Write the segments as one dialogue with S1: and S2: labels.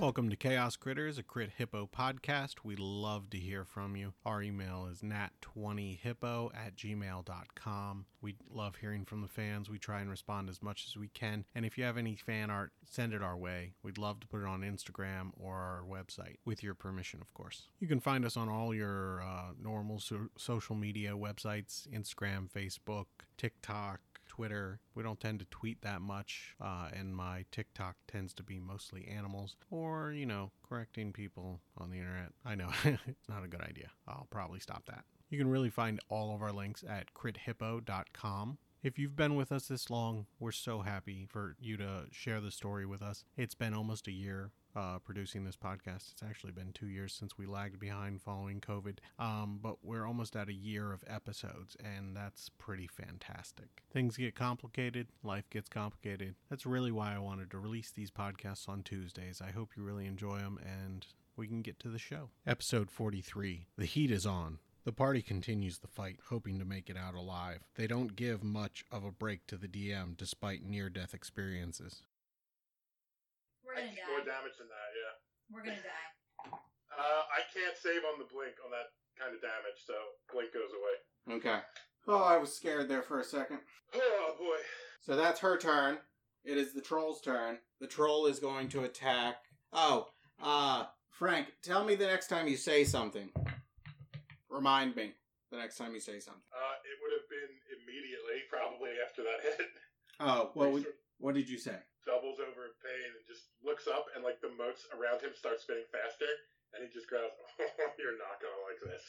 S1: Welcome to Chaos Critters, a Crit Hippo podcast. We love to hear from you. Our email is nat20hippo at gmail.com. We love hearing from the fans. We try and respond as much as we can. And if you have any fan art, send it our way. We'd love to put it on Instagram or our website, with your permission, of course. You can find us on all your uh, normal so- social media websites Instagram, Facebook, TikTok. Twitter. We don't tend to tweet that much, uh, and my TikTok tends to be mostly animals or, you know, correcting people on the internet. I know, it's not a good idea. I'll probably stop that. You can really find all of our links at crithippo.com. If you've been with us this long, we're so happy for you to share the story with us. It's been almost a year uh, producing this podcast. It's actually been two years since we lagged behind following COVID, um, but we're almost at a year of episodes, and that's pretty fantastic. Things get complicated, life gets complicated. That's really why I wanted to release these podcasts on Tuesdays. I hope you really enjoy them, and we can get to the show. Episode 43 The Heat is On. The party continues the fight, hoping to make it out alive. They don't give much of a break to the DM despite near death experiences.
S2: We're
S3: I
S2: gonna
S3: did more
S2: die.
S3: damage than that, yeah.
S2: We're gonna die.
S3: Uh, I can't save on the blink on that kind of damage, so blink goes away.
S1: Okay. Oh, I was scared there for a second.
S3: Oh boy.
S1: So that's her turn. It is the troll's turn. The troll is going to attack. Oh, uh, Frank, tell me the next time you say something. Remind me the next time you say something.
S3: Uh, it would have been immediately, probably after that hit.
S1: Oh, what, would,
S3: Like, sort of
S1: what did you say?
S3: doubles over in pain and just looks up, and like the motes around him start spinning faster, and he just grabs. Oh, you're not gonna like this.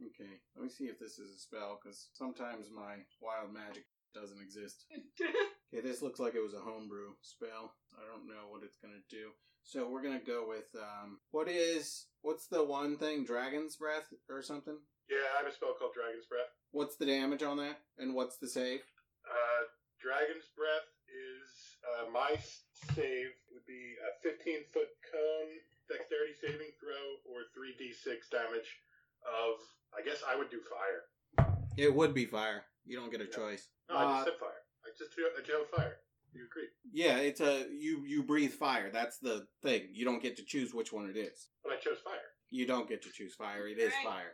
S1: Okay, let me see if this is a spell, because sometimes my wild magic doesn't exist. Okay, this looks like it was a homebrew spell. I don't know what it's gonna do. So we're gonna go with um what is what's the one thing? Dragon's breath or something?
S3: Yeah, I have a spell called Dragon's Breath.
S1: What's the damage on that? And what's the save?
S3: Uh, Dragon's Breath is uh, my s- save would be a 15 foot cone, dexterity saving throw, or 3d6 damage of, I guess I would do fire.
S1: It would be fire. You don't get a choice.
S3: No, I
S1: Uh,
S3: just said fire. I just do, I do have fire. You agree.
S1: yeah, it's a you you breathe fire. That's the thing. You don't get to choose which one it is.
S3: But I chose fire.
S1: You don't get to choose fire. It is
S2: Frank.
S1: fire.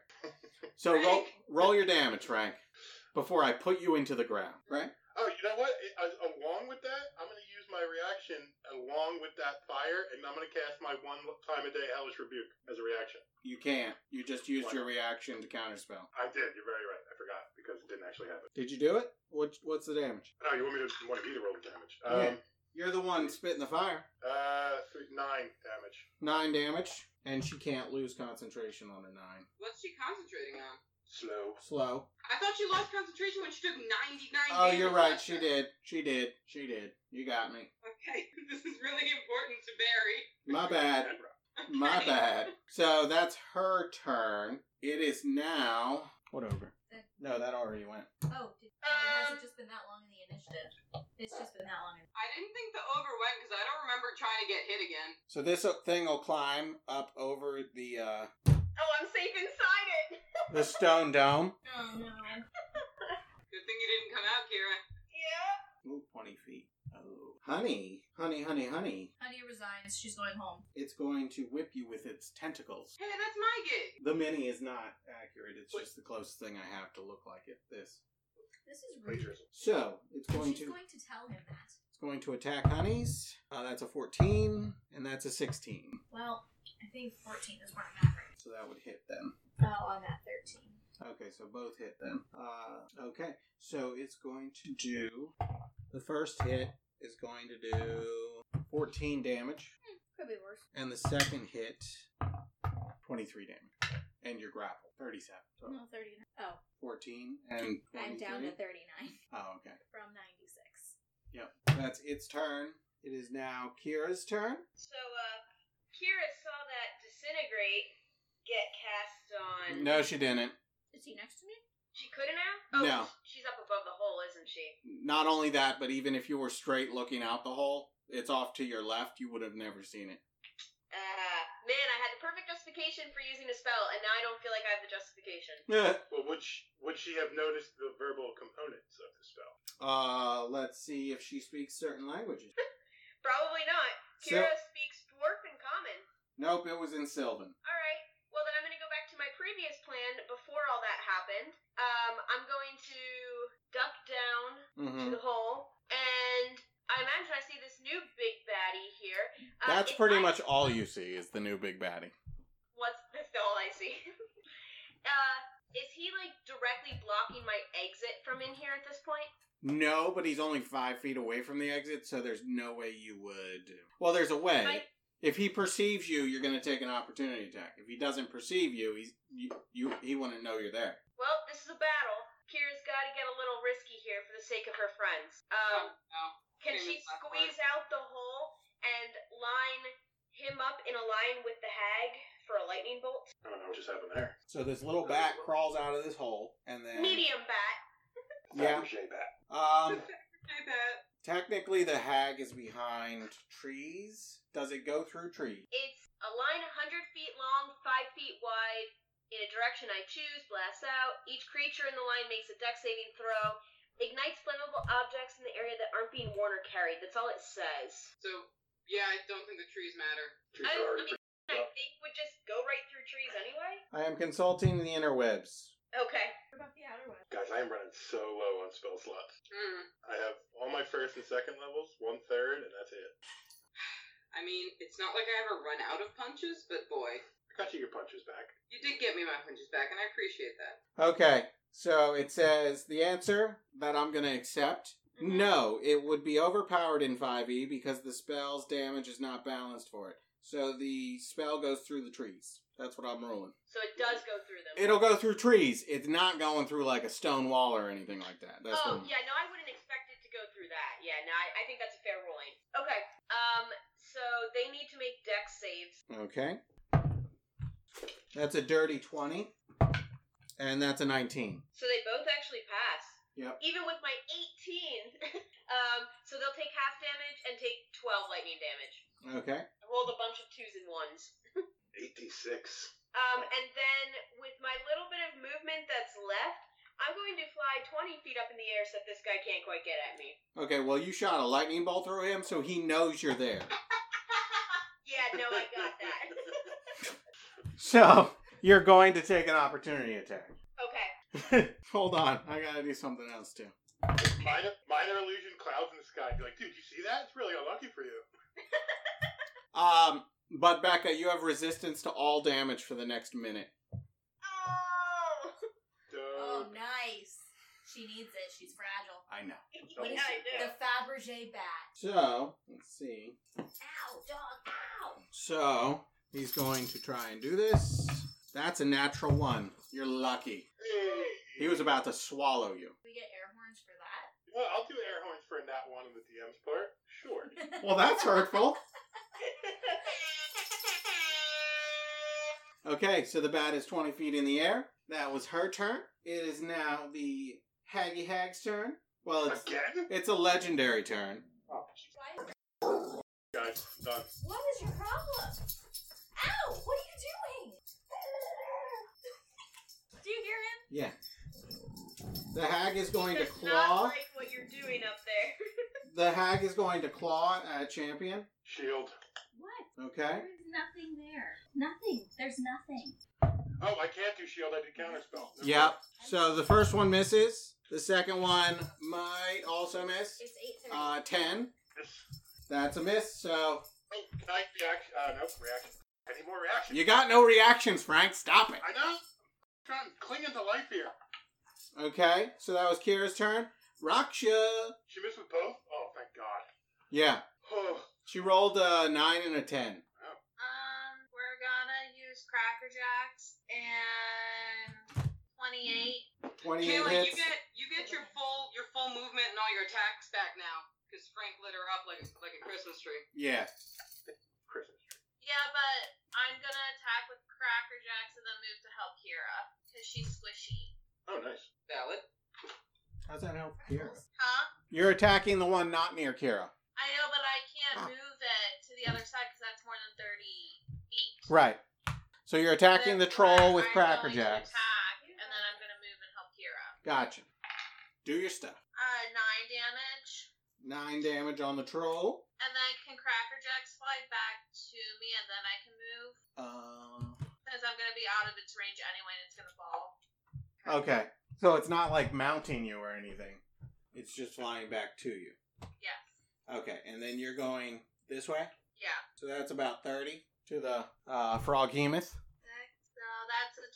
S1: So roll
S2: Frank.
S1: roll your damage, Frank, before I put you into the ground. Right?
S3: Oh, you know what? I- I- along with that, I'm going to use my reaction along with that fire, and I'm going to cast my one time a day Hellish Rebuke as a reaction.
S1: You can't. You just used your reaction to counterspell.
S3: I did. You're very right. I forgot because it didn't actually happen.
S1: Did you do it? What what's the damage?
S3: Oh, you want me to you want me to roll the damage? Um,
S1: Yeah. You're the one spitting the fire.
S3: Uh, three, nine damage.
S1: Nine damage, and she can't lose concentration on a nine.
S4: What's she concentrating on?
S3: Slow.
S1: Slow.
S4: I thought she lost concentration when she took 99
S1: Oh,
S4: damage
S1: you're right.
S4: last
S1: She
S4: time.
S1: did. She did. She did. You got me.
S4: Okay, this is really important to Barry.
S1: My bad.
S4: Okay.
S1: My bad. So that's her turn. It is now. What over? No, that already went.
S2: Oh, did, has
S4: Um,
S2: it just been that long in the initiative? It's just been that long. In-
S4: I didn't think the over went because I don't remember trying to get hit again.
S1: So this thing will climb up over the uh,
S4: Oh, I'm safe inside it!
S1: the stone dome.
S2: oh no!
S4: Good thing you didn't come out, Kira.
S2: Yeah.
S1: Ooh, 20 feet. Oh. Honey, honey, honey, honey.
S2: Honey resigns. She's going home.
S1: It's going to whip you with its tentacles.
S4: Hey, that's my gig.
S1: The mini is not accurate. It's just the closest thing I have to look like it. This.
S2: This is rude.
S3: Plagiarism.
S1: So it's going
S2: She's
S1: to
S2: going to tell him that.
S1: it's going to attack honeys. Uh, that's a 14, and that's a 16.
S2: Well, I think fourteen is where I'm at right.
S1: So that would hit them.
S2: now. Oh, I'm at thirteen.
S1: Okay, so both hit them. Uh, okay, so it's going to do. The first hit is going to do 14 damage,
S2: Could be worse.
S1: and the second hit, 23 damage. And your grapple, 37. So
S2: No, thirty-nine. Oh,
S1: 14 and 23.
S2: I'm down to thirty-nine
S1: Oh, okay.
S2: from ninety-six.
S1: Yep. That's its turn. It is now Kira's turn.
S5: So, uh, Kira saw that disintegrate get cast on.
S1: No, she didn't.
S2: Is he next to me?
S5: She couldn't have? Oh,
S1: No.
S5: sh- she's up above the hole, isn't
S4: wasn't she?
S1: Not only that, but even if you were straight looking out the hole, it's off to your left. You would have never seen it.
S4: Uh, man, I had the perfect justification for using a spell, and now I don't feel like I have the justification.
S3: Well, would she, would she have noticed the verbal components of the spell?
S1: uh, let's see if she speaks certain languages.
S4: Probably not.
S1: So-
S4: Kira speaks dwarf and common.
S1: nope, it was in Sylvan.
S4: All right. Well, then I'm going to go back to my previous plan before all that happened. Um, I'm going to duck down to
S1: hmm
S4: the hole, and I imagine I see this new big baddie here. Um,
S1: That's
S4: if
S1: pretty
S4: I-
S1: much all you see is the new big baddie.
S4: What's that's all I see? uh, is he like directly blocking my exit from in here at this point?
S1: No, but he's only five feet away from the exit, so there's no way you would. Well, there's a way.
S4: Right.
S1: If he perceives you, you're going to take an opportunity attack. If he doesn't perceive you, he's you, you he wouldn't know you're there.
S4: Well, this is a battle. Kira's got to get a little risky here for the sake of her friends. Um,
S6: Oh, no.
S4: Can
S6: Same
S4: she
S6: as last
S4: squeeze out the hole and line him up in a line with the hag for a lightning bolt?
S3: I don't know what just happened there.
S1: So this little bat crawls out of this hole, and then
S4: Medium bat.
S1: Yeah.
S3: Fabergé bat.
S1: Um,
S6: Okay, that.
S1: technically, the hag is behind trees. Does it go through trees?
S4: It's a line 100 feet long, 5 feet wide, in a direction I choose, blasts out. Each creature in the line makes a dex saving throw, ignites flammable objects in the area that aren't being worn or carried. That's all it says.
S6: So, yeah, I don't think the trees matter.
S3: Trees
S4: I,
S3: are
S4: I
S3: already
S4: mean, I think would just go right through trees anyway.
S1: I am consulting the interwebs.
S4: Okay.
S2: What about the outer one?
S3: Guys, I am running so low on spell slots.
S6: Mm.
S3: I have all my first and second levels, one third, and that's it.
S6: I mean, it's not like I ever run out of punches, but boy,
S3: I got you your punches back.
S6: you did get me my punches back, and I appreciate that.
S1: Okay, so it says the answer that I'm going to accept. No, it would be overpowered in 5e because the spell's damage is not balanced for it. So the spell goes through the trees. That's what I'm ruling.
S4: So it does go through them.
S1: It'll go through trees. It's not going through like a stone wall or anything like that. That's what
S4: oh
S1: I'm-
S4: yeah, no, I wouldn't expect it to go through that. Yeah, no, I, I think that's a fair ruling. Okay. Um, so they need to make dex saves.
S1: Okay. That's a dirty 20. And that's a 19.
S4: So they both actually pass.
S1: Yep.
S4: Even with my 18. um, so they'll take half damage and take 12 lightning damage.
S1: Okay.
S4: I rolled a bunch of twos and ones.
S3: 86.
S4: Um, and then with my little bit of movement that's left, I'm going to fly 20 feet up in the air so that this guy can't quite get at me.
S1: Okay, well, you shot a lightning bolt through him, so he knows you're there.
S4: Yeah, no, I got that.
S1: So, you're going to take an opportunity attack.
S4: okay.
S1: Hold on, I gotta do something else too.
S3: Minor, minor illusion clouds in the sky. You're like, dude, you see that? It's really unlucky for you.
S1: Um, but Becca, you have resistance to all damage for the next minute.
S4: Oh!
S2: Oh,
S3: Dope.
S2: nice. She needs it. She's fragile.
S1: I know.
S2: What is
S4: yeah, I know.
S2: The Fabergé bat.
S1: So, let's see.
S2: Ow, dog, ow.
S1: So, he's going to try and do this. That's a natural one. You're lucky.
S3: Hey.
S1: He was about to swallow you.
S2: We get air horns for that.
S3: Well, I'll do air horns for that one in the DM's part. Sure.
S1: Well, that's hurtful. Okay, so the bat is 20 feet in the air. That was her turn. It is now the Haggy Hag's turn. Well, it's,
S3: Again?
S1: it's a legendary turn.
S2: Why is-
S3: Guys, done.
S2: What is your problem? Ow! What are you doing? Do you hear him?
S1: Yeah. The hag is going to
S4: Does
S1: claw.
S4: Not like what you're doing up there.
S1: The hag is going to claw at champion.
S3: Shield.
S2: What?
S1: Okay.
S2: There's nothing there. Nothing. There's nothing.
S3: Oh, I can't do shield. I did counterspell. Never
S1: Yep. So the first one misses. The second one might also miss.
S2: It's eight thirty.
S1: Uh, ten.
S3: mind. This-
S1: That's a miss. So
S3: Oh, can I react? Uh, nope, reaction. Any more reaction?
S1: you got no reactions, Frank. Stop it.
S3: I know. I'm clinging to life here.
S1: Okay. So that was Kira's turn. Raksha.
S3: She missed with both? Oh, thank God.
S1: Yeah.
S3: Oh,
S1: She rolled a nine and a ten.
S7: Um, we're gonna use Cracker Jacks and 28.
S1: Twenty-eight
S6: Kayla, you
S1: hits.
S6: get you get your full your full movement and all your attacks back now because Frank lit her up like like a Christmas tree.
S1: Yeah.
S3: Christmas.
S7: Yeah, but I'm gonna attack with Cracker Jacks and then move to help Kira because she's squishy.
S3: Oh, nice.
S6: Valid.
S1: How's that help Kira?
S7: Huh?
S1: You're attacking the one not near Kira.
S7: I know, but I can't move it to the other side because that's more than 30 feet.
S1: Right. So you're attacking the troll with
S7: I'm
S1: Cracker
S7: going to
S1: Jacks.
S7: Attack, and then I'm going to move and help Kira.
S1: Gotcha. Do your stuff.
S7: Uh, nine damage.
S1: Nine damage on the troll.
S7: And then can Cracker Jacks fly back to me, and then I can move?
S1: Uh,
S7: Because I'm going to be out of its range anyway, and it's going to fall.
S1: okay. So it's not like mounting you or anything. It's just flying back to you.
S7: Yes.
S1: Okay, and then you're going this way.
S7: Yeah.
S1: So that's about 30 to the uh, frog hemoth
S7: So uh, that's a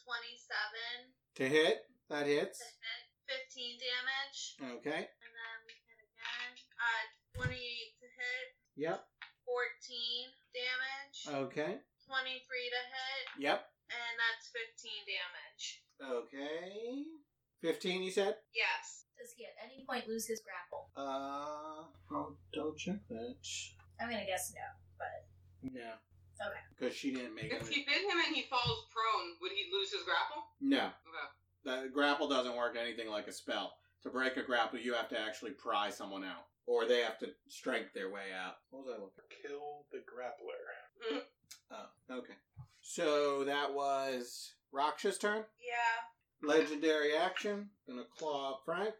S7: 27
S1: to hit. That hits.
S7: to hit. 15 damage.
S1: Okay.
S7: And then we hit again. Uh, 28 to hit.
S1: Yep.
S7: 14 damage.
S1: Okay.
S7: 23 to hit.
S1: Yep.
S7: And that's 15 damage.
S1: Okay. 15, you said?
S7: Yes.
S2: Does he at any point lose his grapple?
S1: Uh, I'll double check that.
S2: I'm gonna guess no, but
S1: No.
S2: Okay.
S1: Because she didn't make
S6: If
S1: it.
S6: you bit him and he falls prone, would he lose his grapple?
S1: No.
S6: Okay.
S1: The grapple doesn't work anything like a spell. To break a grapple, you have to actually pry someone out, or they have to strength their way out. What was I looking?
S3: Kill the grappler.
S1: Oh, okay. So that was Raksha's turn.
S7: Yeah.
S1: Legendary action. Gonna claw up Frank.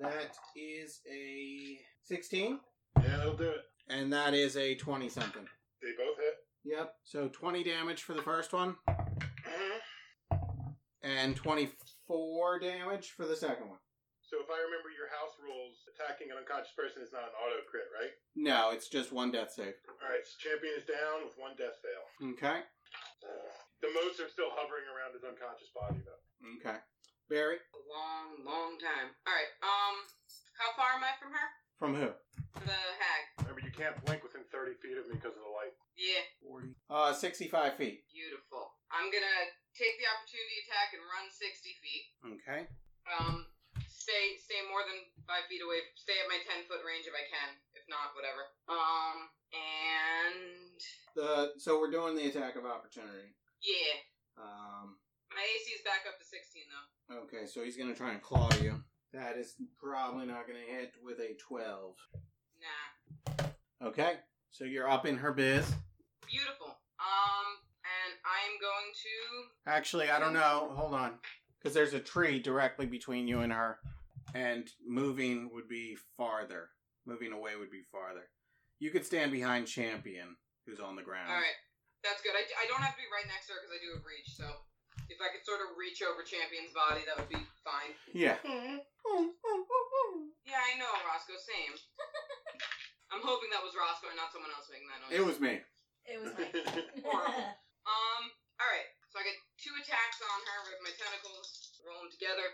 S1: That is a 16,
S3: Yeah, that'll do it.
S1: and that is a 20 something.
S3: They both hit.
S1: Yep. So 20 damage for the first one,
S3: Uh-huh.
S1: and 24 damage for the second one.
S3: So if I remember your house rules, attacking an unconscious person is not an auto crit, right?
S1: No, it's just one death save.
S3: All right, so champion is down with one death fail.
S1: Okay.
S3: The moats are still hovering around his unconscious body, though.
S1: Okay. Barry?
S6: A long, long time. All right. Um, how far am I from her?
S1: From who?
S6: The hag.
S3: Remember, you can't blink within 30 feet of me because of the light.
S6: Yeah.
S1: 40. Uh, 65 feet.
S6: Beautiful. I'm gonna take the opportunity attack and run 60 feet.
S1: Okay.
S6: Um, stay stay more than five feet away. Stay at my 10 foot range if I can. If not, whatever. Um, and
S1: The So we're doing the attack of opportunity.
S6: yeah,
S1: Um,
S6: my AC is back up to 16 though.
S1: okay, so he's going to try and claw you. That is probably not going to hit with a 12.
S6: Nah.
S1: Okay. So you're up in her biz.
S6: Beautiful. Um, and I'm going to.
S1: Actually, I don't know. Hold on. Because there's a tree directly between you and her. And moving would be farther. Moving away would be farther. You could stand behind Champion, who's on the ground.
S6: All right, that's good. I, I don't have to be right next to her because I do have reach. So if I could sort of reach over Champion's body, that would be fine.
S1: Yeah.
S6: Yeah, I know, Roscoe. Same. I'm hoping that was Roscoe and not someone else making that noise.
S1: It was me.
S2: it was like
S6: Horrible. Um. All right. So I get two attacks on her with my tentacles. Roll them together.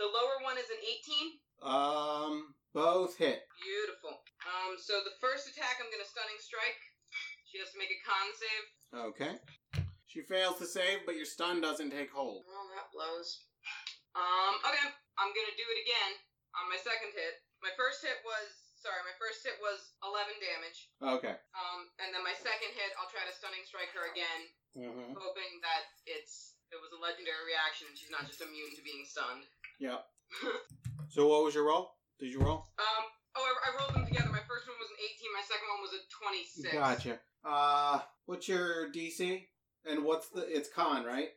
S6: The lower one is an 18.
S1: Um, both hit.
S6: Beautiful. Um. So the first attack, I'm gonna stunning strike. She has to make a con save.
S1: Okay. She fails to save, but your stun doesn't take hold.
S6: Well, Oh, that blows. Um. Okay. I'm gonna do it again on my second hit. My first hit was sorry. My first hit was 11 damage.
S1: Okay.
S6: Um. And then my second hit, I'll try to stunning strike her again,
S1: Mm-hmm.
S6: hoping that it's it was a legendary reaction and she's not just immune to being stunned.
S1: Yep. So what was your roll? Did you roll?
S6: Um. Oh, I, I rolled them together. My first one was an 18. My second one was a 26.
S1: Gotcha. Uh, what's your DC? And what's the? It's con, right?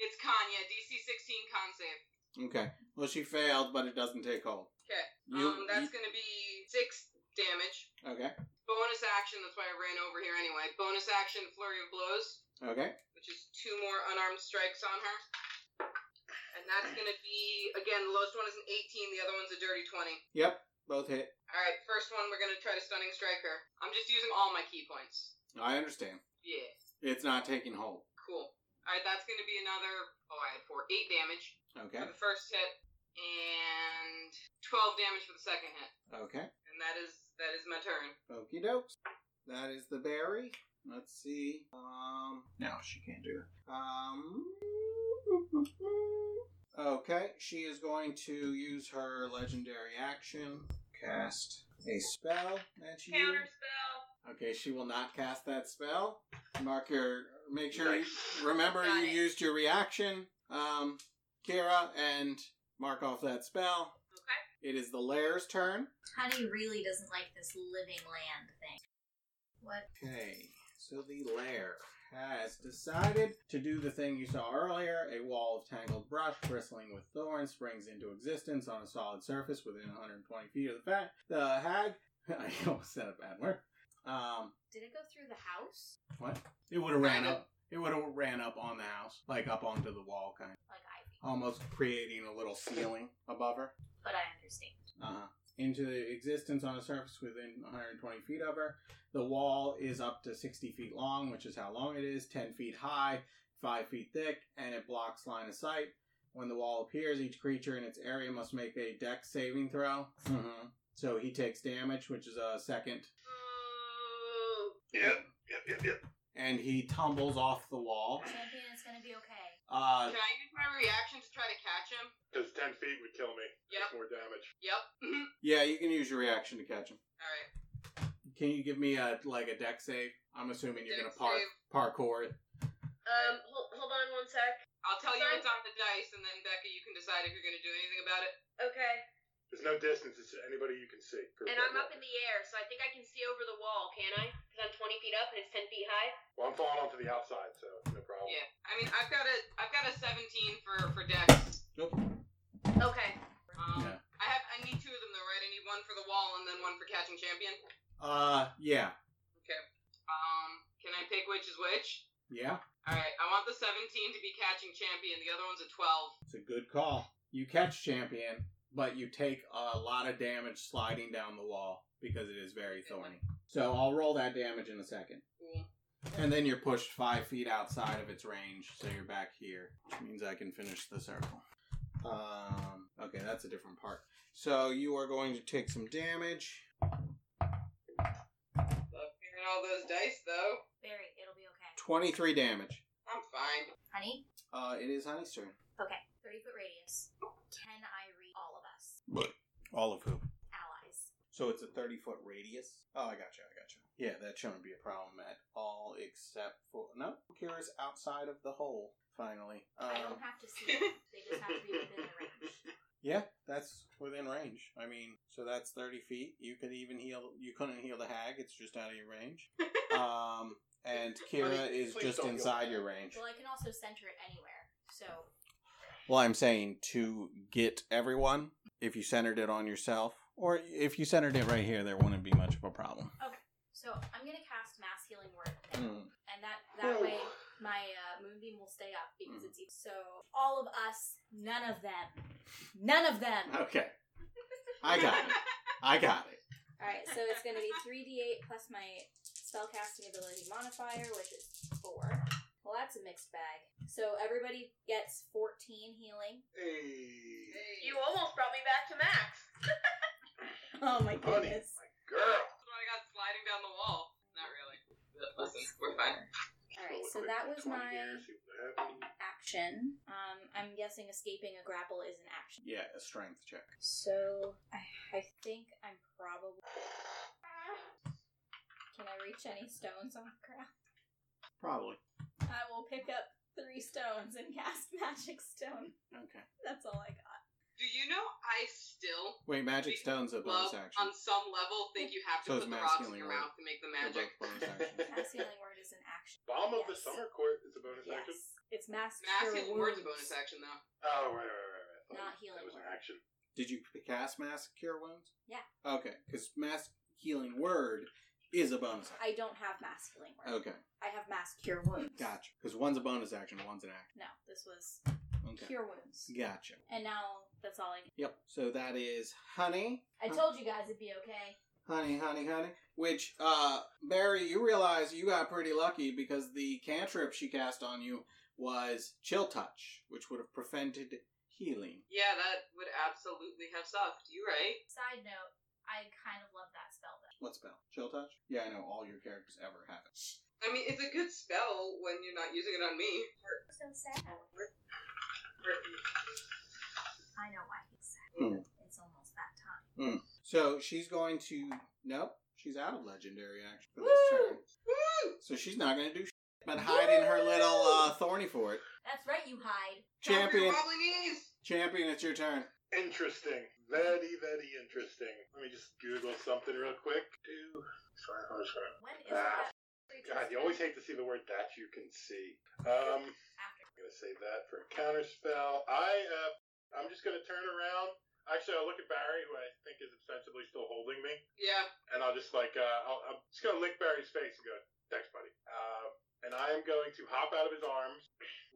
S6: It's con, yeah. DC 16 con save.
S1: Okay. Well, she failed, but it doesn't take hold.
S6: 'Kay.
S1: You,
S6: um, that's going to be six damage.
S1: you- okay.
S6: Bonus action. That's why I ran over here anyway. Bonus action, flurry of blows,
S1: Okay.
S6: which is two more unarmed strikes on her. And that's going to be again. The lowest one is an 18. The other one's a dirty 20.
S1: Yep. Both hit.
S6: All right. First one, we're going to try to stunning strike her. I'm just using all my key points.
S1: I understand.
S6: Yeah.
S1: It's not taking hold.
S6: Cool. All right. That's going to be another. Oh, I had four, eight damage.
S1: Okay.
S6: for the first hit and 12 damage for the second hit
S1: Okay.
S6: and that is that is my turn
S1: Okie dokes. That is the berry. Let's see. Um. No, she can't do it. Um. Okay, she is going to use her legendary action, cast a spell that she.
S7: Counter spell.
S1: Okay, she will not cast that spell. Mark your. Make sure you remember you used your reaction. Um, Kira and mark off that spell.
S7: Okay.
S1: It is the lair's turn.
S2: Honey really doesn't like this living land thing. What?
S1: Okay, so the lair has decided to do the thing you saw earlier. A wall of tangled brush bristling with thorns springs into existence on a solid surface within 120 feet of the fat. The hag. I almost said a bad word. Um,
S2: Did it go through the house?
S1: what? It would have ran up. It would have ran up on the house, like up onto the wall, kind of,
S2: Like Ivy.
S1: almost creating a little ceiling above her.
S2: But I understand.
S1: uh, into existence on a surface within 120 feet of her. The wall is up to 60 feet long, which is how long it is, 10 feet high, 5 feet thick, and it blocks line of sight. When the wall appears, each creature in its area must make a dex saving throw. hmm So he takes damage, which is a second,
S7: Ooh.
S3: Yep, yep, yep, yep.
S1: and he tumbles off the wall.
S2: Champion, it's gonna be okay.
S1: Uh,
S6: Can I use my reaction to try to catch him?
S3: Because 10 feet would kill me.
S6: Yep.
S3: That's more damage.
S6: Yep.
S1: yeah, you can use your reaction to catch him.
S6: All right.
S1: Can you give me a like a dex save? I'm assuming you're gonna
S6: Dex
S1: park parkour it.
S4: Um, hold, hold on one sec.
S6: I'll tell you
S4: Sorry.
S6: what's on the dice, and then Becca, you can decide if you're going to do anything about it.
S4: Okay.
S3: There's no distance. It's anybody you can see.
S4: And I'm up in the air, so I think I can see over the wall, can I? Because I'm 20 feet up and it's 10 feet high.
S3: Well, I'm falling onto the outside, so no problem.
S6: Yeah. I mean, I've got a I've got a 17 for for Dex.
S1: Nope.
S4: Okay.
S6: Um,
S1: Yeah.
S6: I have I need two of them though, right? I need one for the wall and then one for catching champion.
S1: Uh, yeah,
S6: Um, can I pick which is which?
S1: yeah.
S6: All right. I want the 17 to be catching champion. The other one's a 12.
S1: It's a good call. You catch champion, but you take a lot of damage sliding down the wall because it is very thorny. So I'll roll that damage in a second.
S6: Cool.
S1: And then you're pushed five feet outside of its range, so you're back here, which means I can finish the circle. Um, okay, that's a different part. So you are going to take some damage.
S6: Love hearing all those dice though.
S2: Barry, it'll be okay.
S1: 23 damage.
S6: I'm fine.
S2: Honey?
S1: Uh, it is Honey's turn.
S2: Okay. 30 foot radius. Can I reach all of us?
S1: All of whom?
S2: Allies.
S1: So it's a 30 foot radius? Oh, I got you. I got you. Yeah, that shouldn't be a problem at all, except for. No, Kira's outside of the hole, finally.
S2: I
S1: Um,
S2: don't have to see them. They just have to be within the range.
S1: yeah, that's within range. I mean, so that's 30 feet. You could even heal. You couldn't heal the hag, it's just out of your range. um, and Kira
S3: Honey,
S1: is
S3: please
S1: just
S3: don't heal
S1: inside
S3: the
S1: your range.
S2: Well, I can also center it anywhere. So,
S1: Well, I'm saying to get everyone, if you centered it on yourself, or if you centered it right here, there wouldn't be much of a problem.
S2: so I'm gonna cast mass healing word, and that that
S3: Whoa.
S2: way my uh, moonbeam will stay up because
S1: Mm.
S2: it's it's so all of us, none of them, none of them.
S1: Okay. I got it. I got it.
S2: All right, so it's gonna be three d8 plus my spellcasting ability modifier, which is four. Well, that's a mixed bag. So everybody gets 14 healing.
S3: Hey,
S4: You almost brought me back to max.
S2: Oh my
S3: Honey.
S2: goodness.
S3: girl.
S6: That's what I got sliding down the wall. Not really. But listen, we're fine.
S2: All right, so
S3: Quick,
S2: that was
S3: 20
S2: my
S3: there, see what happens.
S2: action. Um, I'm guessing escaping a grapple is an action.
S1: Yeah, a strength check.
S2: So I, I think I'm probably. Can I reach any stones on the ground?
S1: Probably.
S2: I will pick up three stones and cast magic stone.
S1: Okay.
S2: That's all I got.
S6: Do you know I still
S1: Wait, magic stone's a bonus
S6: love
S1: action.
S6: on some level think you have
S1: So is
S6: to put the
S1: mass
S6: rocks in
S1: healing
S6: your
S1: word.
S6: mouth to make the
S1: They're both
S6: magic.
S1: bonus actions.
S2: Mass healing word is an action.
S3: Bomb of the
S2: Yes.
S3: summer court is a bonus
S2: Yes,
S3: action.
S2: it's mass.
S6: Mass
S2: cure
S6: healing word's a
S2: wounds.
S6: bonus action though.
S3: Oh, right, right, right, right.
S2: Not
S3: That
S2: healing
S3: was an
S2: word.
S3: action.
S1: Did you cast Mass Cure Wounds?
S2: Yeah.
S1: Okay, because Mass Healing Word is a bonus action.
S2: I don't have mass healing word.
S1: Okay,
S2: I have mass cure wounds.
S1: gotcha. Because one's a bonus action, one's an action.
S2: No, this was
S1: Okay.
S2: cure wounds.
S1: Gotcha.
S2: And now that's all I. Can.
S1: Yep. So that is Honey.
S2: I told you guys it'd be okay.
S1: Honey, honey, honey. Which, uh, Barry, you realize you got pretty lucky because the cantrip she cast on you was Chill Touch, which would have prevented healing.
S6: Yeah, that would absolutely have sucked. You right?
S2: Side note, I kind of love that spell though.
S1: What spell? Chill Touch? Yeah, I know all your characters ever have it.
S6: I mean, it's a good spell when you're not using it on me.
S2: So sad. I know why he's sad.
S1: Hmm.
S2: It's almost that time.
S1: So she's going to. Nope, she's out of legendary action for this turn.
S6: Woo!
S1: So she's not going to do But hide in her little uh, thorny fort.
S2: That's right, you hide.
S1: Champion.
S6: Your wobbly knees.
S1: Champion, it's your turn.
S3: Interesting. Very, very interesting. Let me just Google something real quick. Two, five, oh, sorry.
S2: When is
S3: Ah,
S2: that?
S3: God, you always hate to see the word that you can see. Um,
S2: After.
S3: I'm gonna save that for a counter spell. I, uh, I'm just gonna turn around. Actually, I'll look at Barry, who I think is ostensibly still holding me,
S6: Yeah.
S3: and I'll just like, uh, I'll, I'm just gonna lick Barry's face and go, "Thanks, buddy." Uh, and I am going to hop out of his arms,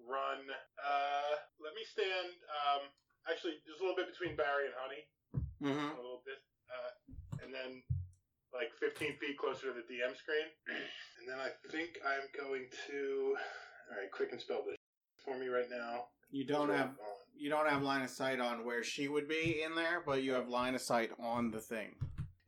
S3: run. Uh, let me stand. Um, actually, there's a little bit between Barry and Honey
S1: Mm-hmm.
S3: a little bit, uh, and then like 15 feet closer to the DM screen. And then I think I'm going to. All right, quick and spell this for me right now.
S1: You don't have you don't have line of sight on where she would be in there, but you have line of sight on the thing.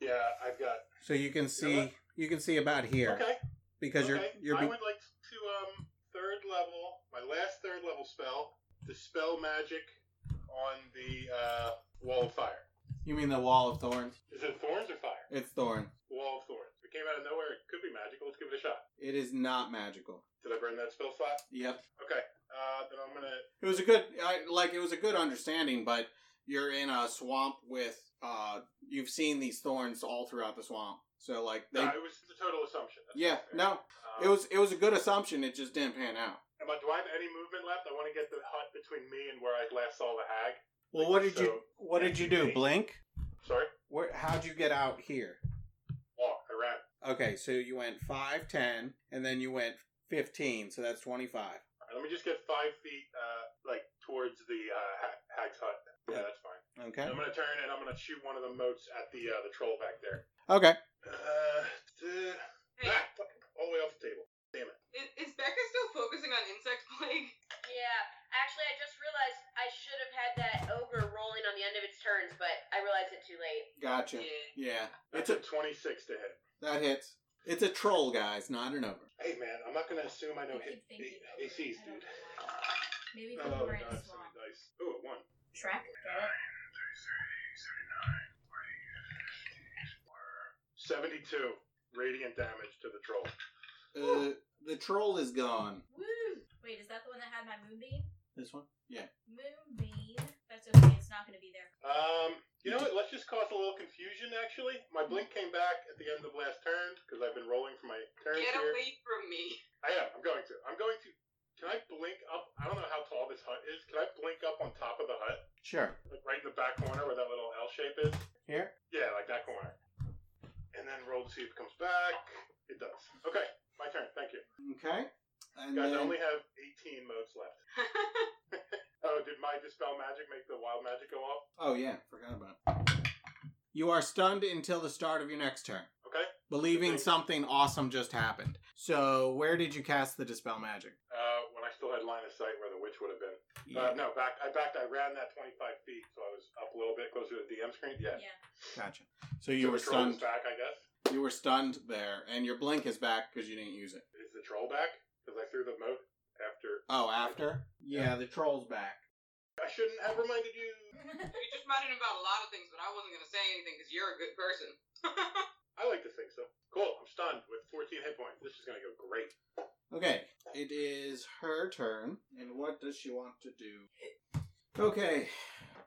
S3: Yeah, I've got.
S1: So you can see you can see about here
S3: Okay.
S1: because you're
S3: okay.
S1: you're
S3: I
S1: be-
S3: would like to um third level my last third level spell dispel magic on the uh, wall of fire.
S1: you mean the wall of thorns?
S3: Is it thorns or fire?
S1: It's thorn.
S3: Wall of thorns. If it came out of nowhere. It could be magical. Let's give it a shot.
S1: It is not magical.
S3: Did I burn that spell slot?
S1: Yep.
S3: Okay. Uh, then I'm gonna
S1: It was a good I, like it was a good understanding, but you're in a swamp with uh you've seen these thorns all throughout the swamp. So like they
S3: no, it was the total assumption. That's
S1: yeah,
S3: not fair. Um,
S1: no. It was it was a good assumption. It just didn't pan out.
S3: Am I, do I have any movement left? I want to get the hut between me and where I last saw the hag.
S1: Well, what did you
S3: So-
S1: what did you do? Blink?
S3: Sorry,
S1: Where how'd you get out here?
S3: walk. I ran.
S1: Okay, so you went 5, 10, and then you went 15, so that's 25.
S3: All right, let me just get five feet, uh, like towards the uh, ha- hag's hut. Yeah, that's fine.
S1: Okay.
S3: I'm gonna turn and I'm gonna shoot one of the moats at the uh, the troll back there.
S1: Okay.
S3: Uh, duh.
S6: Hey,
S3: ah, fuck, all the way off the table. Damn it.
S6: is, is Becca still focusing on insect plague?
S4: Yeah, actually, I just realized I should have had that ogre rolling on the end of its turns, but I realized it too late.
S1: Gotcha.
S6: Yeah.
S1: Yeah.
S3: That's
S1: It's
S3: a
S1: a
S3: 26 to hit.
S1: that hits. It's a troll, guys, not an ogre.
S3: Hey man, I'm not gonna assume I
S2: I
S3: know
S2: keep
S3: hit
S2: thinking
S3: A-
S2: over it.
S3: ACs,
S2: I don't
S3: dude.
S2: know why. Maybe
S3: Oh,
S2: because
S3: no,
S2: we're in a
S3: that's
S2: swamp.
S3: nice. Ooh, a one.
S2: Shrek, get it?
S3: 72 radiant damage to the troll.
S1: Uh, the troll is gone.
S2: Woo! Wait, is that the one that had my moonbeam?
S1: This one? Yeah.
S2: Moonbeam. That's okay. It's not going to be there.
S3: Um, you know what? Let's just cause a little confusion, actually. My blink came back at the end of last turn because I've been rolling for my turn
S6: Get
S3: here.
S6: away from me.
S3: I am. I'm going to. I'm going to. Can I blink up? I don't know how tall this hut is. Can I blink up on top of the hut?
S1: Sure.
S3: Like right in the back corner where that little L shape is?
S1: Here?
S3: Yeah, like that corner. And then roll to see if it comes back. It does. Okay, my turn. Thank you.
S1: Okay. And
S3: Guys, I
S1: then-
S3: only have 18 modes left. Oh, did my Dispel Magic make the wild magic go off?
S1: Oh yeah, forgot about it. You are stunned until the start of your next turn,
S3: Okay.
S1: believing something awesome just happened. So, where did you cast the dispel magic?
S3: Uh, when I still had line of sight where the witch would have been. Uh, no, back. I backed. I ran that 25 feet, so I was up a little bit closer to the DM screen. Yeah.
S2: Yeah.
S1: Gotcha. So you
S3: So
S1: were
S3: the troll is
S1: stunned.
S3: back, I guess.
S1: You were stunned there, and your blink is back because you didn't use it.
S3: Is the troll back? Because I threw the moat after.
S1: Oh, after?
S3: Yeah,
S1: the troll's back.
S3: I shouldn't have reminded you.
S6: You just reminded him about a lot of things, but I wasn't going to say anything because you're a good person.
S3: I like to think so. Cool. I'm stunned with 14 hit points. This is gonna go great.
S1: Okay, it is her turn, and what does she want to do? Okay,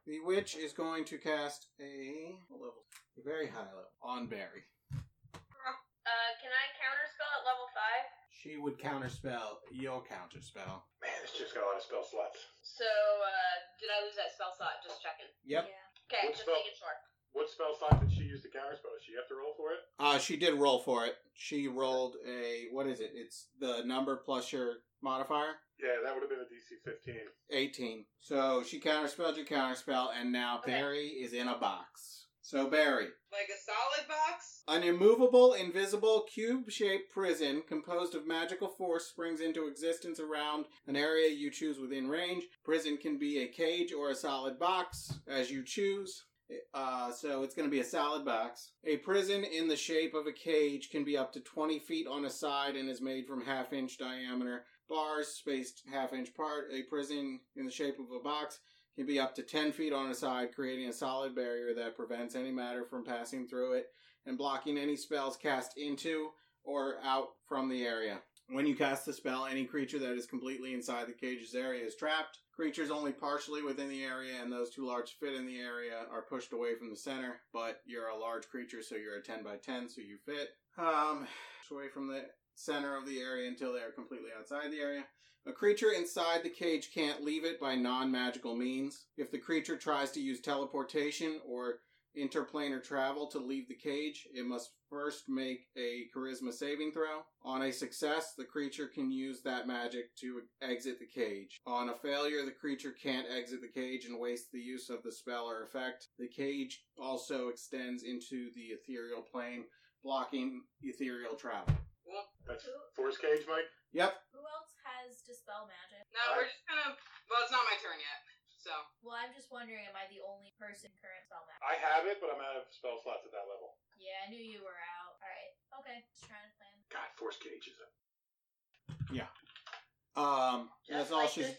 S1: the witch is going to cast a, what level? a very high level on Barry.
S4: Uh, can I counterspell at level 5?
S1: She would counterspell. You'll counterspell.
S3: Man, this just got a lot of spell slots.
S4: So, uh, did I lose that spell slot? Just checking.
S1: Yep.
S2: Yeah.
S4: Okay,
S3: What
S4: just
S3: spell?
S4: making sure.
S3: What spell slot did she use to counterspell? Does she have to roll for it?
S1: Uh, she did roll for it. She rolled a what is it? It's the number plus your modifier.
S3: Yeah, that would have been a DC 15.
S1: 18. So she counterspelled your counterspell, and now
S4: Okay.
S1: Barry is in a box. So, Barry,
S6: like a solid box?
S1: an immovable, invisible, cube shaped prison composed of magical force springs into existence around an area you choose within range. Prison can be a cage or a solid box, as you choose. Uh, so it's going to be a solid box. A prison in the shape of a cage can be up to 20 feet on a side and is made from half inch diameter bars spaced half inch apart. A prison in the shape of a box can be up to 10 feet on a side, creating a solid barrier that prevents any matter from passing through it and blocking any spells cast into or out from the area. When you cast the spell, any creature that is completely inside the cage's area is trapped. Creatures only partially within the area and those too large to fit in the area are pushed away from the center, but you're a large creature, so you're a 10 by 10, so you fit. Um, pushed away from the center of the area until they are completely outside the area. A creature inside the cage can't leave it by non magical means. If the creature tries to use teleportation or interplanar travel to leave the cage, it must first make a charisma saving throw. On a success, the creature can use that magic to exit the cage. On a failure, the creature can't exit the cage and waste the use of the spell or effect. The cage also extends into the ethereal plane, blocking ethereal travel.
S3: That's force cage, Mike.
S1: Yep,
S2: Who else has dispel magic?
S6: No, we're just gonna. Well, it's not my turn yet. So
S2: Well, I'm just wondering, am I the only person current spell magic?
S3: I have it, but I'm out of spell slots at that level.
S2: Yeah, I knew you were out. All right, okay, just trying to plan.
S3: God, force cage is a
S1: Um, that's all she's.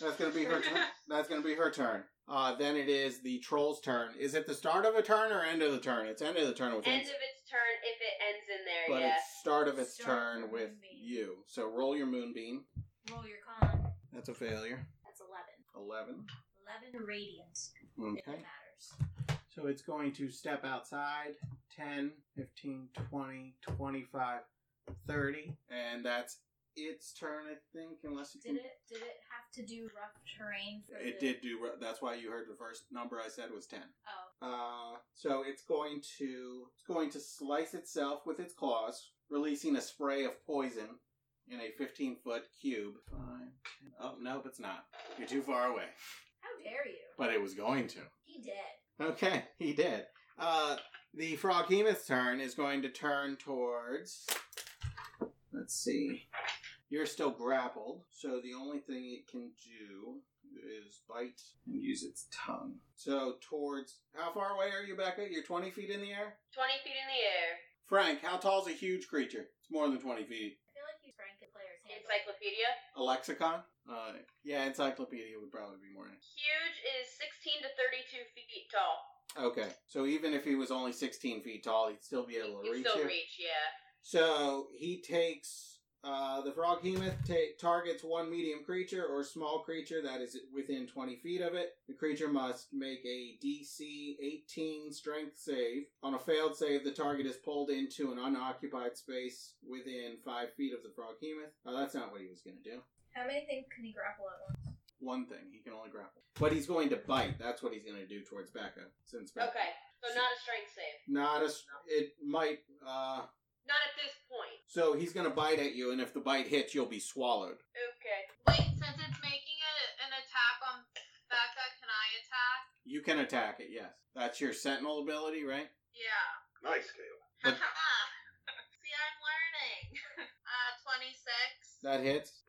S1: That's gonna be her turn. That's gonna be her turn. Uh, then it is the troll's turn. Is it the start of a turn or end of the turn? It's end of the turn with
S4: End
S1: its-
S4: of its turn if it ends in there,
S1: but
S4: yeah.
S1: it's start of its
S2: Start
S1: turn
S2: of
S1: with
S2: moonbeam.
S1: you. So roll your moonbeam.
S2: Roll your con.
S1: That's a failure.
S2: That's 11.
S1: Eleven.
S2: 11 radiant, if
S1: Okay.
S2: it matters.
S1: So it's going to step outside 10, 15, 20, 25, 30. And that's its turn, I think, unless it
S2: Did
S1: can.
S2: it did it have to do rough terrain? For
S1: It
S2: the...
S1: did do. That's why you heard the first number I said was 10.
S2: Oh,
S1: Uh, so it's going to it's going to slice itself with its claws, releasing a spray of poison in a 15 foot cube. Fine. Oh nope, it's not. You're too far away.
S2: how dare you?
S1: But it was going to.
S2: He did.
S1: Okay, he did. Uh, the Froghemoth's turn is going to turn towards. Let's see. You're still grappled, so the only thing it can do is bite and use its tongue. So, towards. How far away are you, Becca? You're 20 feet in the air?
S4: 20 feet in the air.
S1: Frank, how tall's a huge creature? It's more than 20 feet.
S2: I feel like he's Frank the player's hand.
S4: Encyclopedia.
S1: A lexicon? Uh, yeah, encyclopedia would probably be more.
S4: Huge is 16 to 32 feet tall.
S1: Okay, so even if he was only 16 feet tall, he'd still be able to
S4: You can
S1: reach
S4: still
S1: you.
S4: reach, yeah.
S1: So he takes uh, the frog hemoth ta- targets one medium creature or small creature that is within 20 feet of it. The creature must make a DC 18 strength save. On a failed save, the target is pulled into an unoccupied space within 5 feet of the frog hemoth. Oh, that's not what he was going to do.
S2: How many things can he grapple at once?
S1: One thing, he can only grapple. But he's going to bite. That's what he's going to do towards Becca. Since Becca.
S4: Okay, so not a strength save.
S1: Not as. It might. Uh,
S4: Not at this point.
S1: so he's going to bite at you, and if the bite hits, you'll be swallowed.
S4: Okay.
S7: Wait, since it's making a, an attack on Becca, can I attack?
S1: You can attack it, yes. That's your sentinel ability, right?
S7: Yeah.
S3: nice Caleb.
S7: See,
S1: But-
S7: I'm learning. Uh, 26, 14
S1: That hits.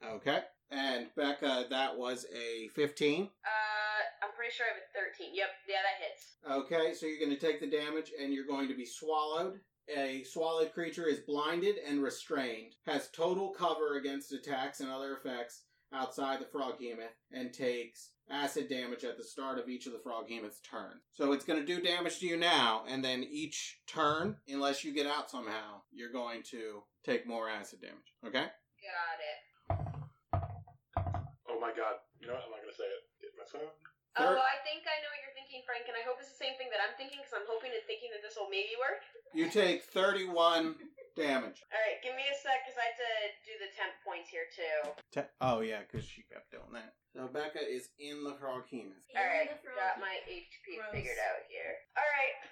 S7: damage.
S1: Okay. And Becca, that was a 15.
S4: Uh, I'm pretty sure I have a 13. Yep, yeah, that hits.
S1: Okay, so you're going to take the damage and you're going to be swallowed. A swallowed creature is blinded and restrained, has total cover against attacks and other effects outside the frog hemoth, and takes acid damage at the start of each of the frog hemoth's turn. So it's going to do damage to you now, and then each turn, unless you get out somehow, you're going to take more acid damage. Okay?
S4: Got it.
S3: Oh my God. You know what? I'm not gonna say it. Get my phone.
S1: Sure.
S4: Oh, I think I know what you're thinking, Frank, and I hope it's the same thing that I'm thinking because I'm hoping and thinking that this will maybe work.
S1: You take 31 damage.
S4: All right, give me a sec because I have to do the temp points here too.
S1: oh, yeah, because she kept doing that. So Becca is in the frog hemoth.
S4: All right,
S2: Even the frog-
S4: got my HP
S2: Gross.
S4: figured out here. All right.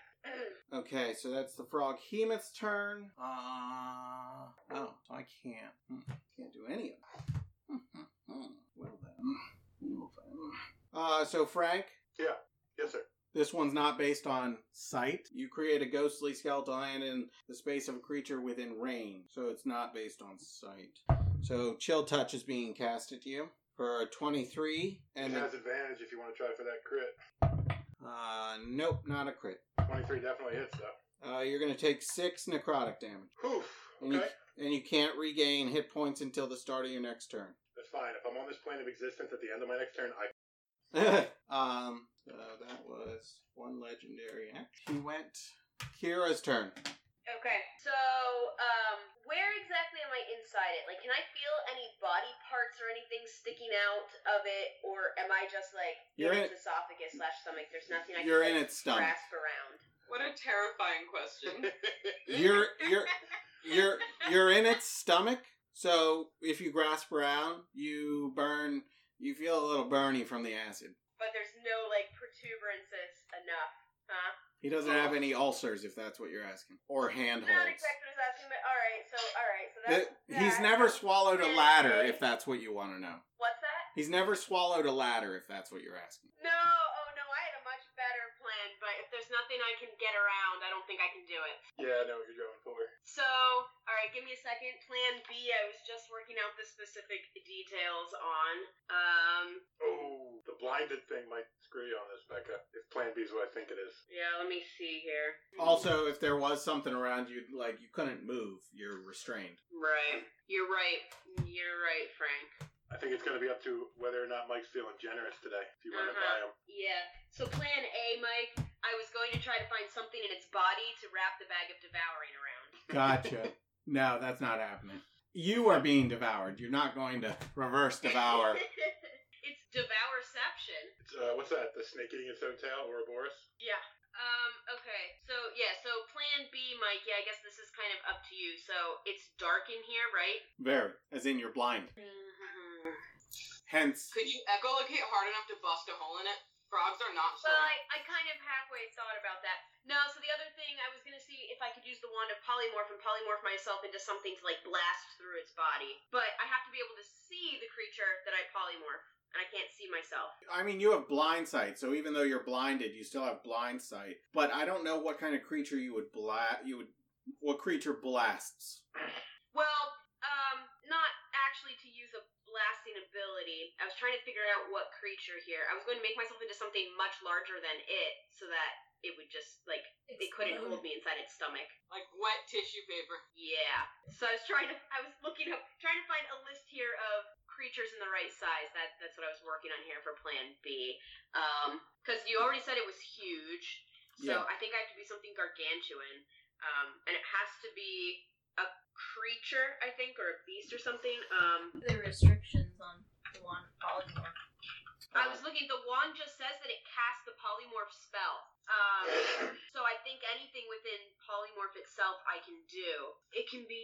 S1: Okay, so that's the frog hemoth's turn. Uh, oh, so I can't. hmm, Can't do any of them. Hmm, hmm, hmm. Well then. well then. Uh, so Frank,
S3: Yes, sir.
S1: This one's not based on sight. You create a ghostly skeletal hand in the space of a creature within range, so it's not based on sight. So chill touch is being cast at you for a 23, and
S3: it
S1: then,
S3: has advantage if you want to try for that crit.
S1: uh, nope, not a crit.
S3: 23 definitely hits though.
S1: Uh, you're gonna take six necrotic damage,
S3: Whew.
S1: and you,
S3: Okay.
S1: and you can't regain hit points until the start of your next turn.
S3: That's fine. If I'm on this plane of existence at the end of my next turn, I
S1: um, so that was one legendary act. He went. Kira's turn.
S4: Okay. So, um, leaking out of it, or am I just like
S1: You're
S4: in
S1: in-
S4: its esophagus slash stomach? There's nothing I
S1: You're in
S4: can like,
S1: its stomach.
S4: grasp around.
S6: What a terrifying question.
S1: You're you're you're you're in its stomach. So if you grasp around, you burn. You feel a little burny from the acid.
S4: But there's no like protuberances enough, huh?
S1: He doesn't have any ulcers, if that's what you're asking, or handholds.
S4: Oh. Not exactly what I was asking, but all right. So all right. So that's
S1: That- he's
S4: that.
S1: never swallowed a ladder, if that's what you want to know.
S4: What's that?
S1: He's never swallowed a ladder, if that's what you're asking.
S4: No, oh no, I had a much better plan, but if there's nothing I can get around, I don't think I can do it.
S3: yeah, I know what you're going for.
S4: So, alright, give me a second. Plan B, I was just working out the specific details on. Um,
S3: Oh, the blinded thing might screw you on this, Becca. If Plan B is what I think it is.
S4: yeah, let me see here.
S1: Also, if there was something around you, like you couldn't move, you're restrained.
S4: Right. You're right. You're right, Frank.
S3: I think it's going to be up to whether or not Mike's feeling generous today. If you want to buy
S4: Uh-huh.
S3: him,
S4: Yeah. So, plan A, Mike, I was going to try to find something in its body to wrap the bag of devouring around.
S1: Gotcha. no, that's not happening. You are being devoured. You're not going to reverse devour.
S4: it's devourception.
S3: it's, uh, what's that? The snake eating its own tail, Ouroboros?
S4: Yeah. Um, okay. So yeah, so plan B, Mike, yeah, I guess this is kind of up to you. So it's dark in here, right?
S1: Very, as in you're blind. Hence,
S6: Could you echolocate hard enough to bust a hole in it? Frogs are not
S4: Well,
S6: slow.
S4: I, I kind of halfway thought about that. No, so the other thing I was gonna see if I could use the wand of polymorph and polymorph myself into something to like blast through its body. But I have to be able to see the creature that I polymorph, and I can't see myself.
S1: I mean, you have blind sight, so even though you're blinded, you still have blind sight. But I don't know what kind of creature you would blast. You would what creature blasts?
S4: Well, um, not actually to use a blasting ability. I was trying to figure out what creature here. I was going to make myself into something much larger than it, so that it would just like it couldn't hold me inside its stomach.
S6: like wet tissue paper.
S4: Yeah. So I was trying to. I was looking up, trying to find a list here of creatures in the right size. That that's what I was working on here for Plan B. Um, because you already said it was huge,
S1: Yeah.
S4: so I think I have to do something gargantuan. Um, and it has to be a creature, I think, or a beast or something. Um,
S2: The restrictions on the one polymorph.
S4: I was looking. The wand just says that it casts the polymorph spell. Um, so I think anything within polymorph itself, I can do. It can be.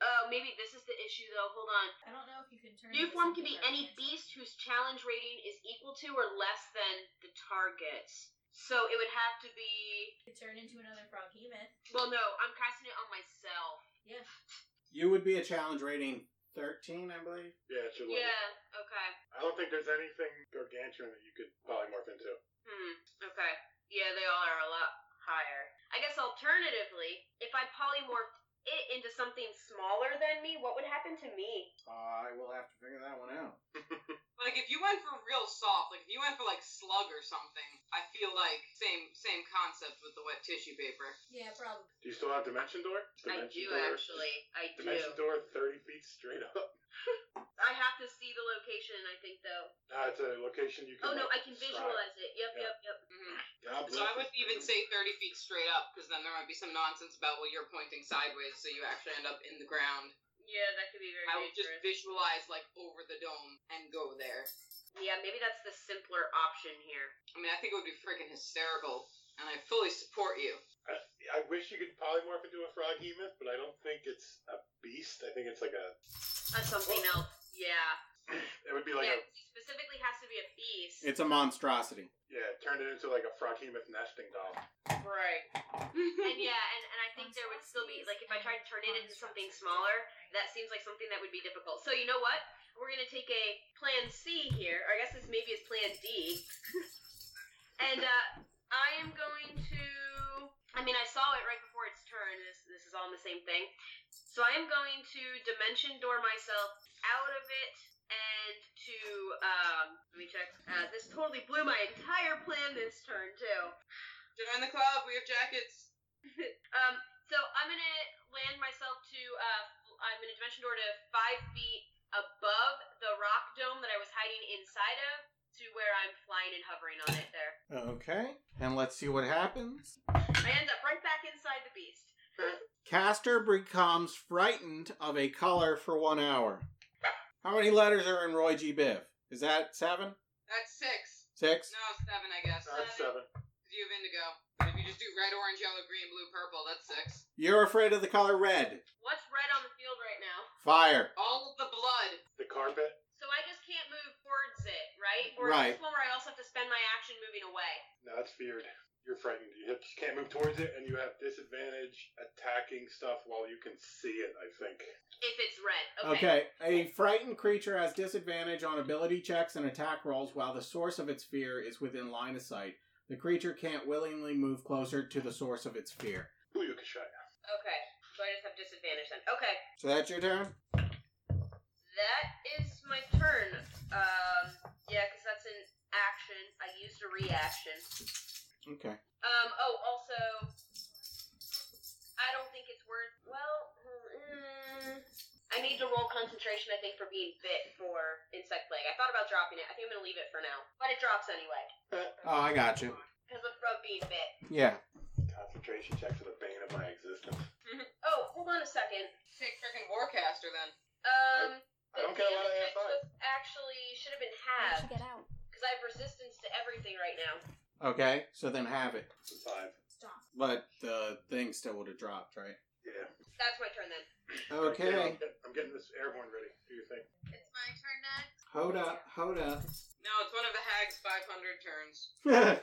S4: Oh, maybe this is the issue though. Hold on.
S2: I don't know if you can turn. into
S4: New form can be
S2: something
S4: any
S2: that
S4: beast whose challenge rating is equal to or less than the target's. So it would have to be.
S2: You can turn into another frog human.
S4: Well, no, I'm casting it on myself.
S2: Yeah.
S1: You would be a challenge rating thirteen, I believe.
S3: Yeah, it's your level.
S4: Yeah. Okay.
S3: I don't think there's anything gargantuan that you could polymorph into.
S4: Hmm. Okay. Yeah, they all are a lot higher. I guess alternatively, if I polymorph it into something smaller than me, what would happen to me?
S1: I will have to figure that one out.
S6: Like if you went for real soft, like if you went for like slug or something, I feel like same same concept with the wet tissue paper.
S2: Yeah, probably.
S3: Do you still have Dimension Door?
S4: I
S3: Dimension
S4: do
S3: Door-
S4: actually. I do.
S3: Dimension Door, thirty feet straight up.
S4: I have to see the location. I think though.
S3: Uh, it's a location you can.
S4: Oh no, I
S3: like,
S4: can
S3: stride.
S4: visualize it. Yep,
S3: Yeah.
S4: yep, yep.
S6: Mhm.
S3: God
S6: So
S3: bless
S6: I wouldn't
S3: you.
S6: even say 30 feet straight up, because then there might be some nonsense about well you're pointing sideways, so you actually end up in the ground.
S4: Yeah, that could be very
S6: I would just
S4: dangerous.
S6: visualize like over the dome and go there.
S4: yeah, maybe that's the simpler option here.
S6: I mean, I think it would be freaking hysterical, and I fully support you.
S3: I wish you could polymorph into a frog hemoth, but I don't think it's a beast. I think it's like a.
S4: That's something else. Yeah.
S3: It would be like a.
S4: yeah. it Specifically, has to be a beast.
S1: It's a monstrosity.
S3: Yeah, turned it into like a frog hemoth nesting doll.
S4: Right. and yeah, and, and I think there would still be like if I tried to turn it into something smaller, that seems like something that would be difficult. So you know what? We're gonna take a plan C here, or I guess this maybe is plan D. and uh, I am going to. I mean, I saw it right before its turn. This this is all in the same thing. So I am going to dimension door myself out of it. And to um, let me check. Uh, this totally blew my entire plan this turn too.
S6: Join the club. We have jackets.
S4: Um, so I'm gonna land myself to uh, I'm gonna dimension door to five feet above the rock dome that I was hiding inside of to where I'm flying and hovering on it. There,
S1: Okay, and let's see what happens.
S4: I end up right back inside the beast.
S1: Caster becomes frightened of a color for one hour. How many letters are in Roy G. Biv? Is that seven?
S6: That's six.
S1: Six?
S6: No, seven, I guess.
S3: That's seven.
S6: Because you have indigo. But if you just do red, orange, yellow, green, blue, purple, that's six.
S1: You're afraid of the color red.
S4: What's red on the field right now?
S1: Fire.
S6: All of the blood.
S3: The carpet.
S4: So I just can't move towards it, right? Or
S1: Right.
S4: is this one where I also have to spend my action moving away?
S3: No, it's feared. You're frightened. You hit- you can't move towards it, and you have disadvantage attacking stuff while you can see it. I think.
S4: If it's red. Okay.
S1: Okay. A frightened creature has disadvantage on ability checks and attack rolls while the source of its fear is within line of sight. The creature can't willingly move closer to the source of its fear.
S3: Booyakashaya.
S4: Okay. So I just have disadvantage then. Okay.
S1: So that's your turn?
S4: That is my turn. Um, yeah, because that's an action. I used a reaction.
S1: Okay.
S4: Um, oh, also, I don't think it's worth. Well, mm, I need to roll concentration, I think, for being bit for insect plague. I thought about dropping it. I think I'm going to leave it for now. But it drops anyway.
S1: Oh, I got you.
S4: Because of, of being bit.
S1: Yeah.
S3: Concentration checks are the bane of my existence.
S4: Oh, hold on a second.
S6: Take freaking Warcaster then.
S4: Um,
S3: I
S4: the
S3: don't care what I have
S4: damage
S3: done.
S4: was actually should have been
S2: How'd
S4: halved.
S2: you get out?
S4: Because I have resistance to everything right now.
S1: Okay. So then have it.
S3: Five.
S2: Stop.
S1: But the thing still would have dropped, right?
S3: Yeah.
S4: That's my turn then.
S1: Okay.
S3: I'm getting this airborne ready. Do you think?
S7: It's my turn next.
S1: Hold up. Hold up.
S6: No, it's one of the hag's 500 turns.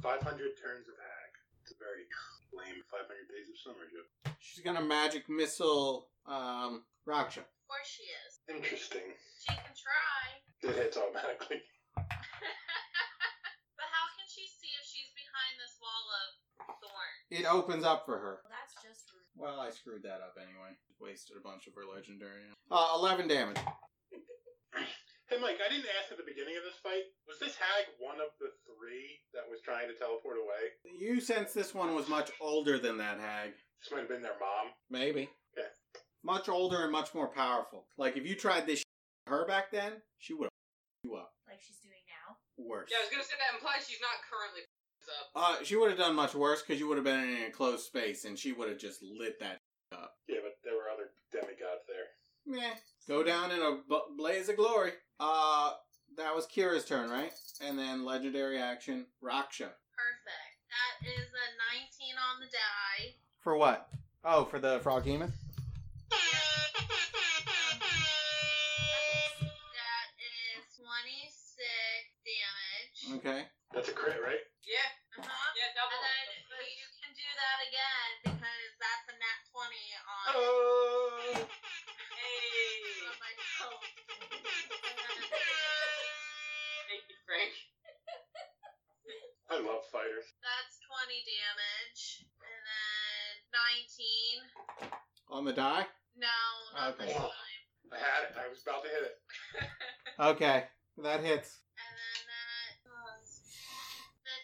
S3: Five hundred turns of hag. It's a very lame five hundred days of summer joke.
S1: She's gonna magic missile um Raksha.
S7: Of course she is.
S3: Interesting.
S7: She can try.
S3: It hits automatically.
S7: but how can she see if she's behind this wall of thorns?
S1: It opens up for her.
S2: Well, that's just rude.
S1: Well, I screwed that up anyway. Wasted a bunch of her legendary. Uh, eleven damage.
S3: Hey, Mike, I didn't ask at the beginning of this fight. Was this hag one of the three that was trying to teleport away?
S1: You sense this one was much older than that hag.
S3: This might have been their mom.
S1: Maybe.
S3: Yeah.
S1: Much older and much more powerful. Like if you tried this shit with her back then, she would have you up
S2: Like she's doing now.
S1: worse.
S6: Yeah, I was going to say that implies she's not currently f***ing up.
S1: Uh, she would have done much worse because you would have been in an enclosed space and she would have just lit that.
S3: Yeah, but there were other demigods there.
S1: Meh. Go down in a bu- blaze of glory. Uh, that was Kira's turn, right? And then legendary action, Raksha.
S7: Perfect. That is a 19 on the die.
S1: For what? Oh, for the frog demon.
S7: That is 26 damage.
S1: Okay.
S3: That's a crit, right?
S6: Yeah,
S7: Uh-huh.
S6: yeah, double.
S7: And then
S6: Oh,
S7: you can do that again because that's a nat 20 on.
S3: Oh!
S6: Hey.
S7: on my phone.
S6: Thank you, Frank.
S3: I love fighters.
S7: That's 20 damage. And then 19.
S1: On the die.
S7: No, not
S1: Okay.
S7: this time.
S3: I had it. I was about to hit it.
S1: Okay, that hits.
S7: And then that was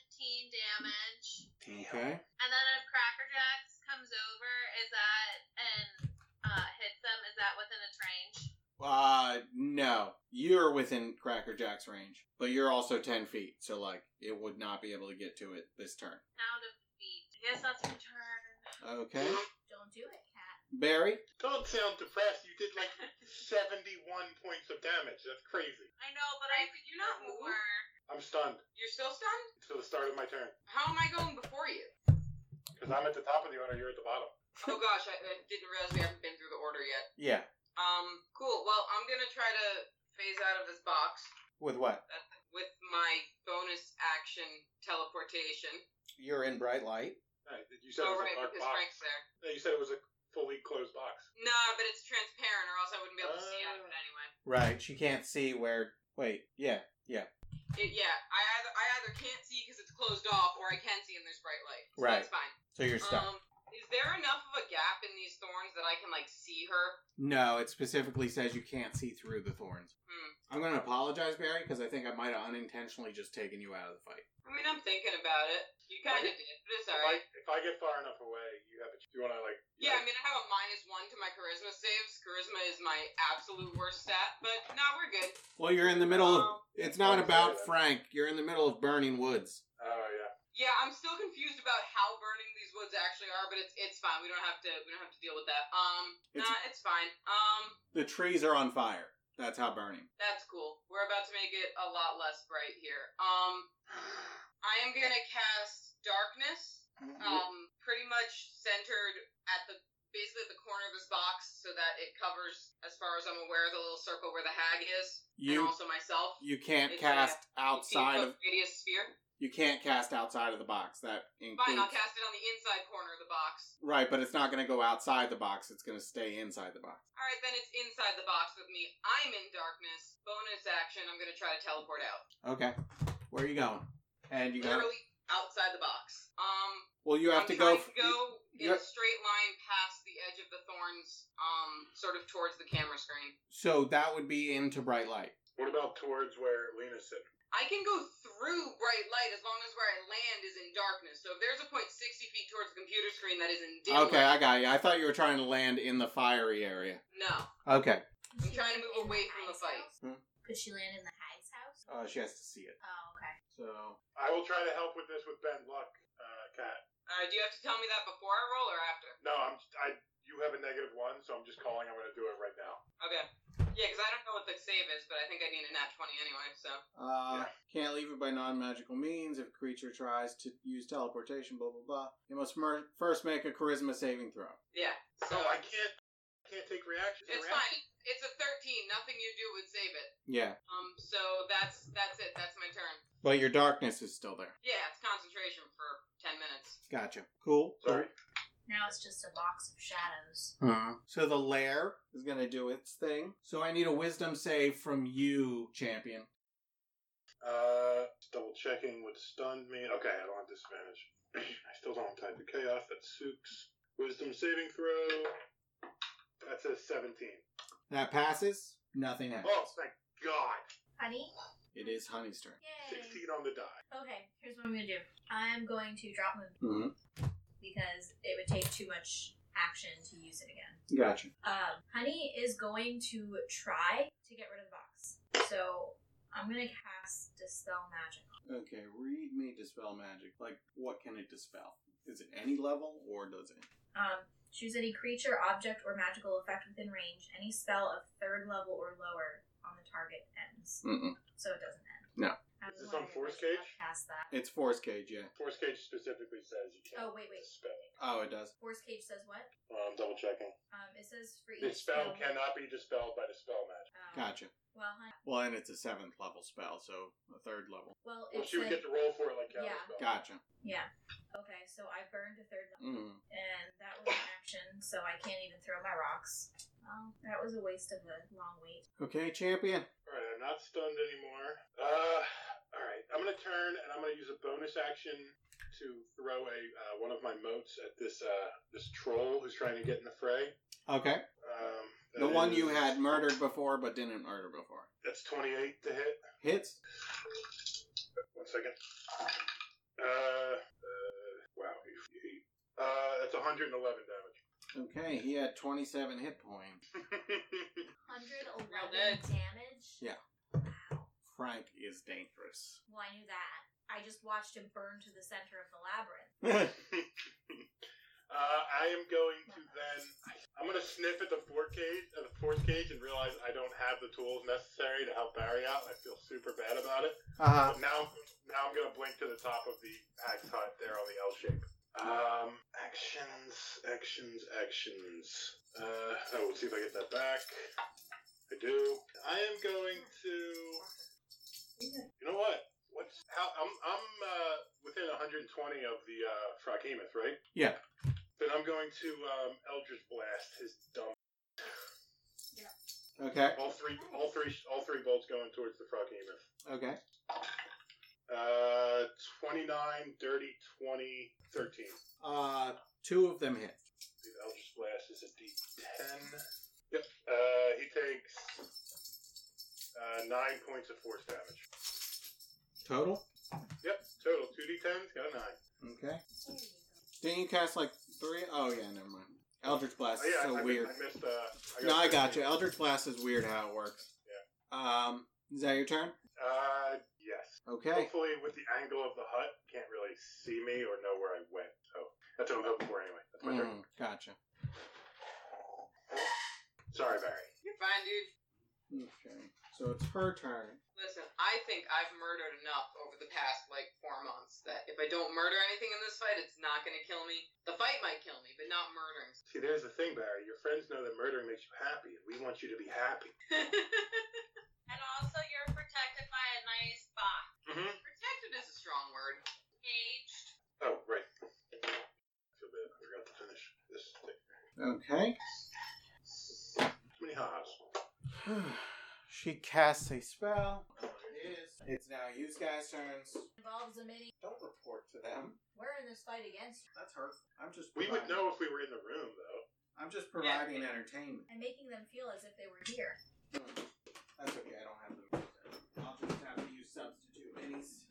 S7: 15 damage.
S1: Okay.
S7: And then if Cracker Jacks comes over, is that and uh, hits them? Is that within its range?
S1: Uh, no. You're within Cracker Jack's range, but you're also ten feet, so like it would not be able to get to it this turn.
S7: Sound of feet. I guess that's my turn.
S1: Okay.
S2: Don't do it, cat.
S1: Barry.
S3: Don't sound depressed. You did like 71 points of damage. That's crazy.
S7: I know, but I
S6: Frank, could you not move?
S7: more.
S3: I'm stunned
S6: You're still stunned?
S3: until the start of my turn.
S6: How am I going before you?
S3: Because I'm at the top of the order, you're at the bottom.
S6: Oh gosh, I, I didn't realize we haven't been through the order yet.
S1: Yeah.
S6: Um, cool. Well, I'm gonna try to phase out of this box
S1: With what?
S6: with my bonus action teleportation.
S1: You're in bright light.
S3: Alright, you said it was
S6: So Oh,
S3: a
S6: right,
S3: dark
S6: because
S3: box.
S6: Frank's there.
S3: No, you said it was a fully closed box.
S6: Nah, but it's transparent, or else I wouldn't be able to see out of
S3: Oh.
S6: it anyway.
S1: Right. She can't see where. Wait. Yeah.
S6: It, yeah, I either I either can't see because it's closed off, or I can see and there's bright light. So
S1: Right.
S6: That's fine.
S1: So you're stuck.
S6: Um, is there enough of a gap in these thorns that I can like see her?
S1: no, it specifically says you can't see through the thorns.
S6: Hmm.
S1: I'm going to apologize, Barry, because I think I might have unintentionally just taken you out of the fight.
S6: I mean, I'm thinking about it. You kind of
S3: Right.
S6: did, but it's
S3: If
S6: alright.
S3: I- If, I, get far enough away, you have a, you want to like. you
S6: Yeah, I
S3: have-
S6: mean, I have a minus one to my charisma saves. Charisma is my absolute worst stat, but no, we're good.
S1: Well, you're in the middle of.
S6: Um,
S1: It's not about
S3: Yeah.
S1: Frank. You're in the middle of burning woods.
S3: Oh yeah.
S6: yeah, I'm still confused about how burning these woods actually are, but it's it's fine. We don't have to we don't have to deal with that. Um,
S1: It's-
S6: nah, it's fine. Um,
S1: The trees are on fire. That's how burning.
S6: That's cool. We're about to make it a lot less bright here. Um, I am gonna cast darkness. Um, pretty much centered at the basically at the corner of his box, so that it covers, as far as I'm aware, the little circle where the hag is, and
S1: You
S6: also myself.
S1: you can't
S6: It's
S1: cast
S6: a 15
S1: outside
S6: foot
S1: of
S6: radius sphere.
S1: you can't cast outside of the box. That
S6: Fine, I'll
S1: includes
S6: cast it on the inside corner of the box.
S1: right, but it's not going to go outside the box. It's going to stay inside the box.
S6: All right, then it's inside the box with me. I'm in darkness. Bonus action. I'm gonna try to teleport out.
S1: Okay, where are you going? And you go.
S6: Literally outside the box. Um,
S1: Well, you have
S6: I'm
S1: to go.
S6: trying
S1: f-
S6: to go in
S1: you're-
S6: a straight line past the edge of the thorns, um, sort of towards the camera screen.
S1: So that would be into bright light.
S3: What about towards where Lena's sitting?
S6: I can go through bright light as long as where I land is in darkness. So if there's a point sixty feet towards the computer screen that is in dim
S1: Okay, I
S6: light,
S1: got you. I thought you were trying to land in the fiery area.
S6: no.
S1: Okay.
S6: I'm trying to move away from the fight.
S1: Hmm.
S2: Could she land in the hag's house?
S1: Uh, she has to see it.
S2: Oh, okay.
S1: So
S3: I will try to help with this with Ben Luck, uh, Kat.
S6: All right, do you have to tell me that before I roll or after?
S3: No, I'm. I. You have a negative one, so I'm just calling. I'm going to do it right now.
S6: Okay. Yeah, because I don't know what the save is, but I think I need a nat twenty anyway. So
S1: uh, can't leave it by non-magical means. If a creature tries to use teleportation, blah blah blah. You must mer- first make a charisma saving throw.
S6: yeah. So
S3: No, Oh, I can't. I can't take reactions.
S6: it's fine. It's a thirteen. Nothing you do would save it.
S1: Yeah,
S6: Um. So that's that's it. That's my turn.
S1: but your darkness is still there.
S6: Yeah, it's concentration for 10 minutes.
S1: Gotcha. Cool.
S3: Sorry.
S2: Now it's just a box of shadows.
S1: Uh-huh. So the lair is gonna do its thing. So I need a wisdom save from you, champion.
S3: Uh, just double checking what stunned me. Okay, I don't have disadvantage. I still don't have type of chaos. That's Sooks. Wisdom saving throw. That's a 17.
S1: That passes. Nothing happens.
S3: Oh, thank God.
S2: Honey?
S1: It is Honey's turn.
S3: 16 on the die.
S2: Okay, here's what I'm gonna do. I'm going to drop movement
S1: Mm-hmm.
S2: because it would take too much action to use it again.
S1: Gotcha.
S2: Um, Honey is going to try to get rid of the box. So I'm gonna cast Dispel Magic.
S1: Okay, read me dispel magic. Like, what can it dispel? Is it any level or does it?
S2: Um, choose any creature, object, or magical effect within range. Any spell of third level or lower on the target ends.
S1: Mm-mm.
S2: So it doesn't end.
S1: No.
S2: I was
S3: Is this on
S2: wondering if I
S3: Force
S2: should
S3: Cage?
S2: have Cast that.
S1: It's force cage, yeah.
S3: Force Cage specifically says you can't
S2: Oh, wait, wait.
S3: dispel.
S1: Oh, it does.
S2: Force Cage says what?
S3: Well, I'm double checking.
S2: Um, it says for
S3: The
S2: each
S3: spell cannot be dispelled by dispel magic.
S2: um,
S1: Gotcha.
S2: Well, Honey.
S1: Well, and it's a seventh level spell, so a third level.
S2: Well,
S3: Well,
S2: it's
S3: she would
S2: like-
S3: get to roll for it like counter
S2: Yeah.
S3: spell.
S1: Gotcha.
S2: Yeah. Okay, so I burned a third level,
S1: Mm.
S2: and that was an action, so I can't even throw my rocks. Well, that was a waste of a long wait.
S1: Okay, champion.
S3: All right, I'm not stunned anymore. Uh, all right, I'm gonna turn and I'm gonna use a bonus action to throw a uh, one of my moats at this uh, this troll who's trying to get in the fray.
S1: Okay.
S3: Um,
S1: The
S3: that
S1: one you
S3: is-
S1: had murdered before but didn't murder before.
S3: That's 28 to hit.
S1: Hits.
S3: One second. Uh, uh wow. he- he- Uh, that's 111 damage.
S1: Okay, he had 27 hit points.
S2: 111
S6: Well, that-
S2: damage?
S1: Yeah.
S2: Wow.
S1: Frank is dangerous.
S2: Well, I knew that. I just watched him burn to the center of the labyrinth.
S3: uh, I am going to then. I'm gonna sniff at the fort cage, at the force cage, and realize I don't have the tools necessary to help Barry out. and I feel super bad about it.
S1: uh,
S3: But now, now I'm gonna blink to the top of the axe hut there on the L shape. Um, actions, actions, actions. Uh, oh, we'll see if I get that back. I do. I am going to. You know what? What's how I'm I'm uh, within 120 of the uh, Froghemoth, right?
S1: Yeah.
S3: Then I'm going to um, Eldritch Blast his dumb.
S1: okay,
S3: All three, all three, all three bolts going towards the Froghemoth.
S1: okay.
S3: Uh, 29, 30, 20, 13.
S1: Uh, two of them hit.
S3: The Eldritch Blast is a D10. Yep. Uh, he takes uh, nine points of force damage.
S1: Total?
S3: Yep. Total two D10s. Got a nine.
S1: Okay. Didn't you cast like three oh yeah, never mind. Eldritch Blast
S3: Oh,
S1: is
S3: yeah,
S1: so
S3: I, mi-
S1: weird.
S3: I missed. Uh,
S1: no, I got
S3: 13.
S1: you. Eldritch Blast is weird how it works. Yeah. Um, is that your turn?
S3: Uh, yes.
S1: Okay.
S3: Hopefully, with the angle of the hut, can't really see me or know where I went. So that's what I'm hoping for, anyway. That's my turn.
S1: Mm, gotcha.
S3: Sorry, Barry.
S6: You're fine, dude.
S1: Okay. So it's her turn.
S6: Listen, I think I've murdered enough over the past like four months that if I don't murder anything in this fight, it's not gonna kill me. The fight might kill me, but not murdering.
S3: See, there's the thing, Barry. Your friends know that murdering makes you happy, and we want you to be happy.
S7: And also, you're protected by a nice box.
S3: Mm-hmm.
S6: Protected is a strong word.
S7: Caged.
S3: Oh, right. I feel bad. I forgot to finish this thing.
S1: Okay.
S3: Too many ha's.
S1: she casts a spell. It is. It's now you guys' turns.
S2: Involves a mini.
S1: Don't report to them.
S2: We're in this fight against you.
S1: That's her. I'm just.
S3: We would
S1: providing-
S3: know if we were in the room, though.
S1: I'm just providing entertainment.
S2: and making them feel as if they were here.
S1: Hmm. That's okay. I don't have them. I'll just have you substitute minis.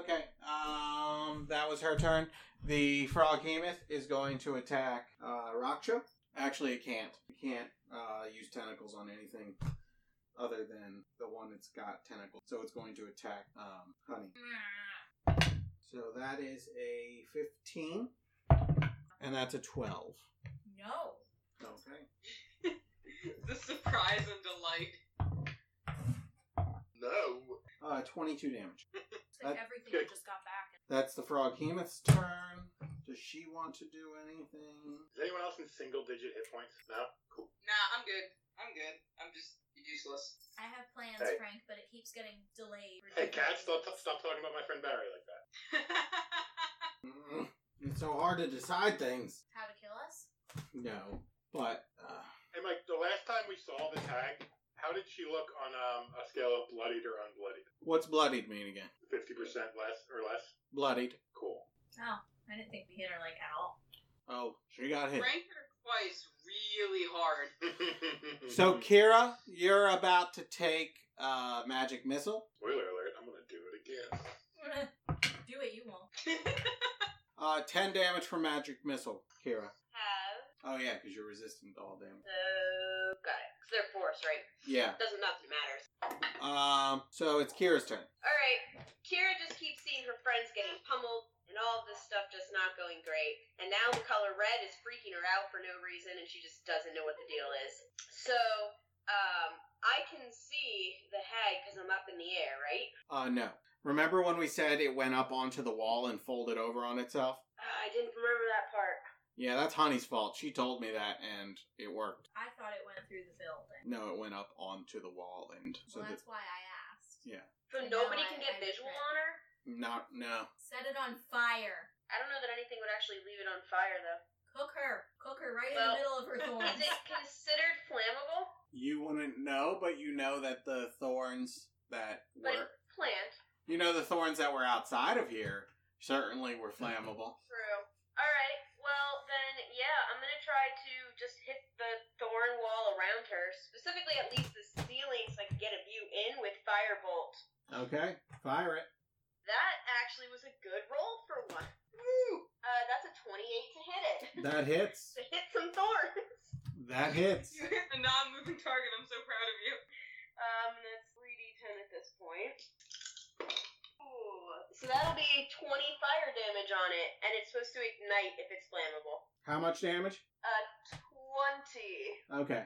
S1: Okay. Um, that was her turn. The frog hemoth is going to attack uh, Raksha. Actually, it can't. You can't uh, use tentacles on anything other than the one that's got tentacles. So it's going to attack um, Honey. So that is a 15, and that's a 12.
S2: No.
S1: Okay.
S6: the surprise and delight.
S3: No.
S1: Uh, 22 damage.
S2: It's like
S1: That-
S2: everything we just got back.
S1: That's the frog hemoth's turn. Does she want to do anything?
S3: Is anyone else in single digit hit points? No? Cool.
S6: Nah, I'm good. I'm good. I'm just useless.
S2: I have plans,
S3: Hey.
S2: Frank, but it keeps getting delayed.
S3: Hey, Kat, stop, stop talking about my friend Barry like that.
S1: Mm, It's so hard to decide things.
S2: How to kill us?
S1: No, but uh,
S3: Hey, Mike, the last time we saw the tag, how did she look on um, a scale of bloodied or unbloodied?
S1: what's bloodied mean again?
S3: 50% less or less?
S1: Bloodied.
S3: Cool.
S2: Oh, I didn't think we hit her like at all.
S1: Oh, she got hit.
S6: Frank her twice really hard.
S1: So
S3: Mm-hmm.
S1: Kira, you're about to take uh, magic missile.
S3: Spoiler alert, I'm going to do it again.
S2: Do it, you won't.
S1: Uh, ten damage from magic missile, Kira.
S4: Have.
S1: Oh yeah, because you're resistant to all damage.
S4: So, got it. Because they're force, right?
S1: Yeah.
S4: Doesn't nothing matters.
S1: Um. So it's Kira's turn.
S4: Alright, Kira just keeps seeing her friends getting pummeled and all of this stuff just not going great. And now the color red is freaking her out for no reason and she just doesn't know what the deal is. So, um, I can see the head because I'm up in the air, right?
S1: Uh, no. Remember when we said it went up onto the wall and folded over on itself?
S4: Ah, I didn't remember that part.
S1: Yeah, that's Honey's fault. She told me that, and it worked.
S2: I thought it went through the building.
S1: No, it went up onto the wall, and so
S2: well,
S1: that
S2: that's why I asked.
S1: Yeah.
S4: So
S2: No,
S4: nobody
S2: I-
S4: can
S2: I
S4: get visual
S2: didn't.
S4: on her?
S1: not no.
S2: Set it on fire.
S4: I don't know that anything would actually leave it on fire though.
S2: Cook her. Cook her right
S4: Well-
S2: in the middle of her
S4: Is
S2: thorns.
S4: it considered flammable?
S1: You wouldn't know, but you know that the thorns that
S4: But
S1: were
S4: it's plant.
S1: you know the thorns that were outside of here certainly were flammable.
S4: True. Alright, well then, yeah, I'm gonna try to just hit the thorn wall around her, specifically at least the ceiling so I can get a view in with Firebolt.
S1: Okay, fire it.
S4: That actually was a good roll for one. Woo! Uh, that's a 28 to hit it.
S1: That hits.
S4: To hit some thorns.
S1: That hits.
S6: You hit a non-moving target. I'm so proud of you.
S4: Um, that's 3d10 at this point. Ooh, so that'll be 20 fire damage on it, and it's supposed to ignite if it's flammable.
S1: How much damage?
S4: 20.
S1: Okay.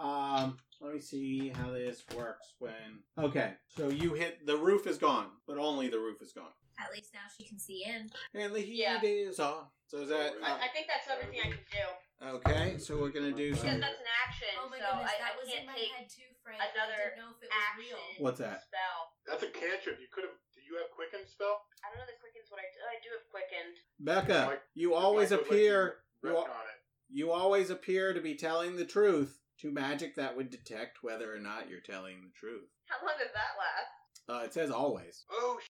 S1: Um, let me see how this works when Okay. So you hit the roof is gone, but only the roof is gone.
S2: At least now she can see in.
S1: And the heat
S4: Yeah.
S1: is on. So is that
S3: I-
S4: I think that's everything I can do.
S1: okay? So we're gonna do
S4: Because
S1: some.
S4: that's an action,
S2: Oh my
S4: so
S2: goodness,
S4: I,
S2: that
S4: I
S2: was in
S4: can't
S2: my
S4: take
S2: head too, Frank. I
S4: another
S2: didn't know if it was
S4: action.
S2: real.
S1: What's that?
S4: Spell.
S3: That's a cantrip. You could have. Do you have quicken spell?
S4: I don't know that quickens what I do. I do have quickened.
S1: Becca, you always
S3: Mike would let
S1: appear.
S3: you
S1: you
S3: retcon
S1: al-
S3: it.
S1: You always appear to be telling the truth to magic that would detect whether or not you're telling the truth.
S4: How long does that last?
S1: Uh, it says always.
S3: Oh, sh-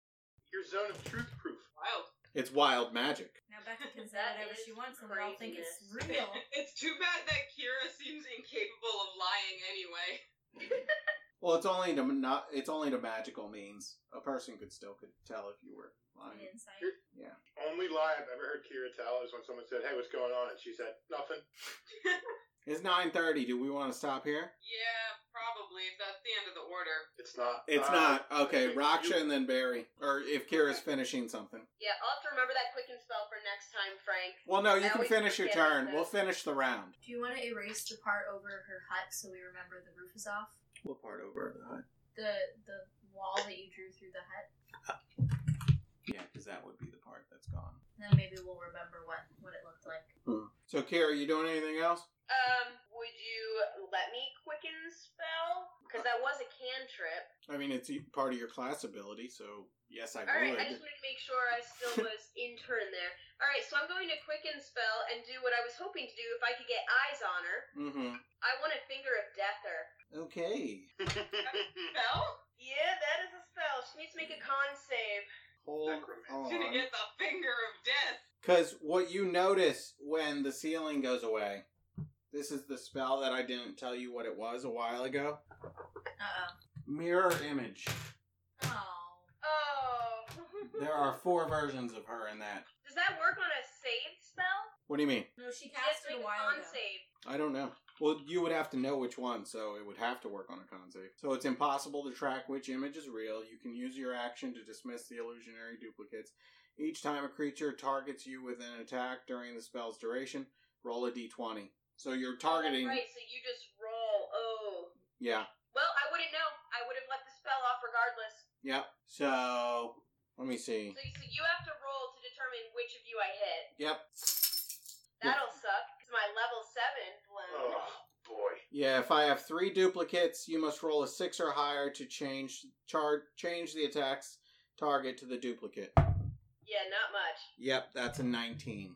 S3: your zone of truth proof.
S6: Wild.
S1: It's wild magic.
S2: Now Becca can say
S4: That
S2: whatever
S4: is
S2: she wants and we all think it's
S4: craziness.
S2: real.
S6: It's too bad that Kira seems incapable of lying anyway.
S1: Well, it's only to not. It's only to magical means. A person could still could tell if you were lying.
S2: Insight.
S3: You're- Only lie I've ever heard Kira tell is when someone said, "Hey, what's going on?" and she said, "Nothing."
S1: It's nine thirty. Do we want to stop here?
S6: Yeah, probably if that's the end of the order.
S3: It's not.
S1: It's
S3: Uh,
S1: not okay.
S3: you-
S1: Raksha
S3: you-
S1: and then Barry, or if Kira's finishing something.
S4: Yeah, I'll have to remember that quicken spell for next time, Frank.
S1: Well, no, you
S4: I
S1: can
S4: always
S1: finish your
S4: forget about
S1: turn.
S4: this.
S1: We'll finish the round.
S2: Do you want to erase the part over her hut so we remember the roof is off?
S1: What part over the hut?
S2: The the wall that you drew through the hut.
S1: Yeah, because that would be the part that's gone.
S2: Then maybe we'll remember what what it looked like.
S1: So, Kara, you doing anything else?
S4: Um, would you let me quicken spell? Because that was a cantrip.
S1: I mean, it's e- part of your class ability, so yes, I
S4: All right,
S1: would.
S4: I just wanted to make sure I still was in turn there. All right, so I'm going to quicken spell and do what I was hoping to do if I could get eyes on her.
S1: mm-hmm.
S4: I want to finger of death her.
S1: Okay.
S6: Spell?
S4: Yeah, that is a spell. She needs to make a con save.
S1: Hold
S6: She's gonna
S1: on.
S6: get the finger of death.
S1: Because what you notice when the ceiling goes away, this is the spell that I didn't tell you what it was a while ago.
S2: Uh
S1: Mirror image.
S2: oh. Oh.
S4: Oh.
S1: There are four versions of her in that.
S4: Does that work on a save spell?
S1: What do you mean?
S2: No, she
S4: She has
S2: cast
S4: to
S2: it
S4: make
S2: a
S4: a
S2: while
S4: con
S2: ago.
S4: save.
S1: I don't know. Well, you would have to know which one, so it would have to work on a con save. So it's impossible to track which image is real. You can use your action to dismiss the illusionary duplicates. Each time a creature targets you with an attack during the spell's duration, roll a d20. So you're targeting.
S4: Right, so you just roll. Oh.
S1: Yeah.
S4: Well, I wouldn't know. I would have let the spell off regardless.
S1: Yep. So let me see.
S4: So, so you have to roll to determine which of you I hit.
S1: Yep.
S4: That'll suck. It's my level seven blown.
S3: oh boy.
S1: Yeah, if I have three duplicates, you must roll a six or higher to change char- change the attack's target to the duplicate.
S4: Yeah, not much.
S1: Yep, that's a 19.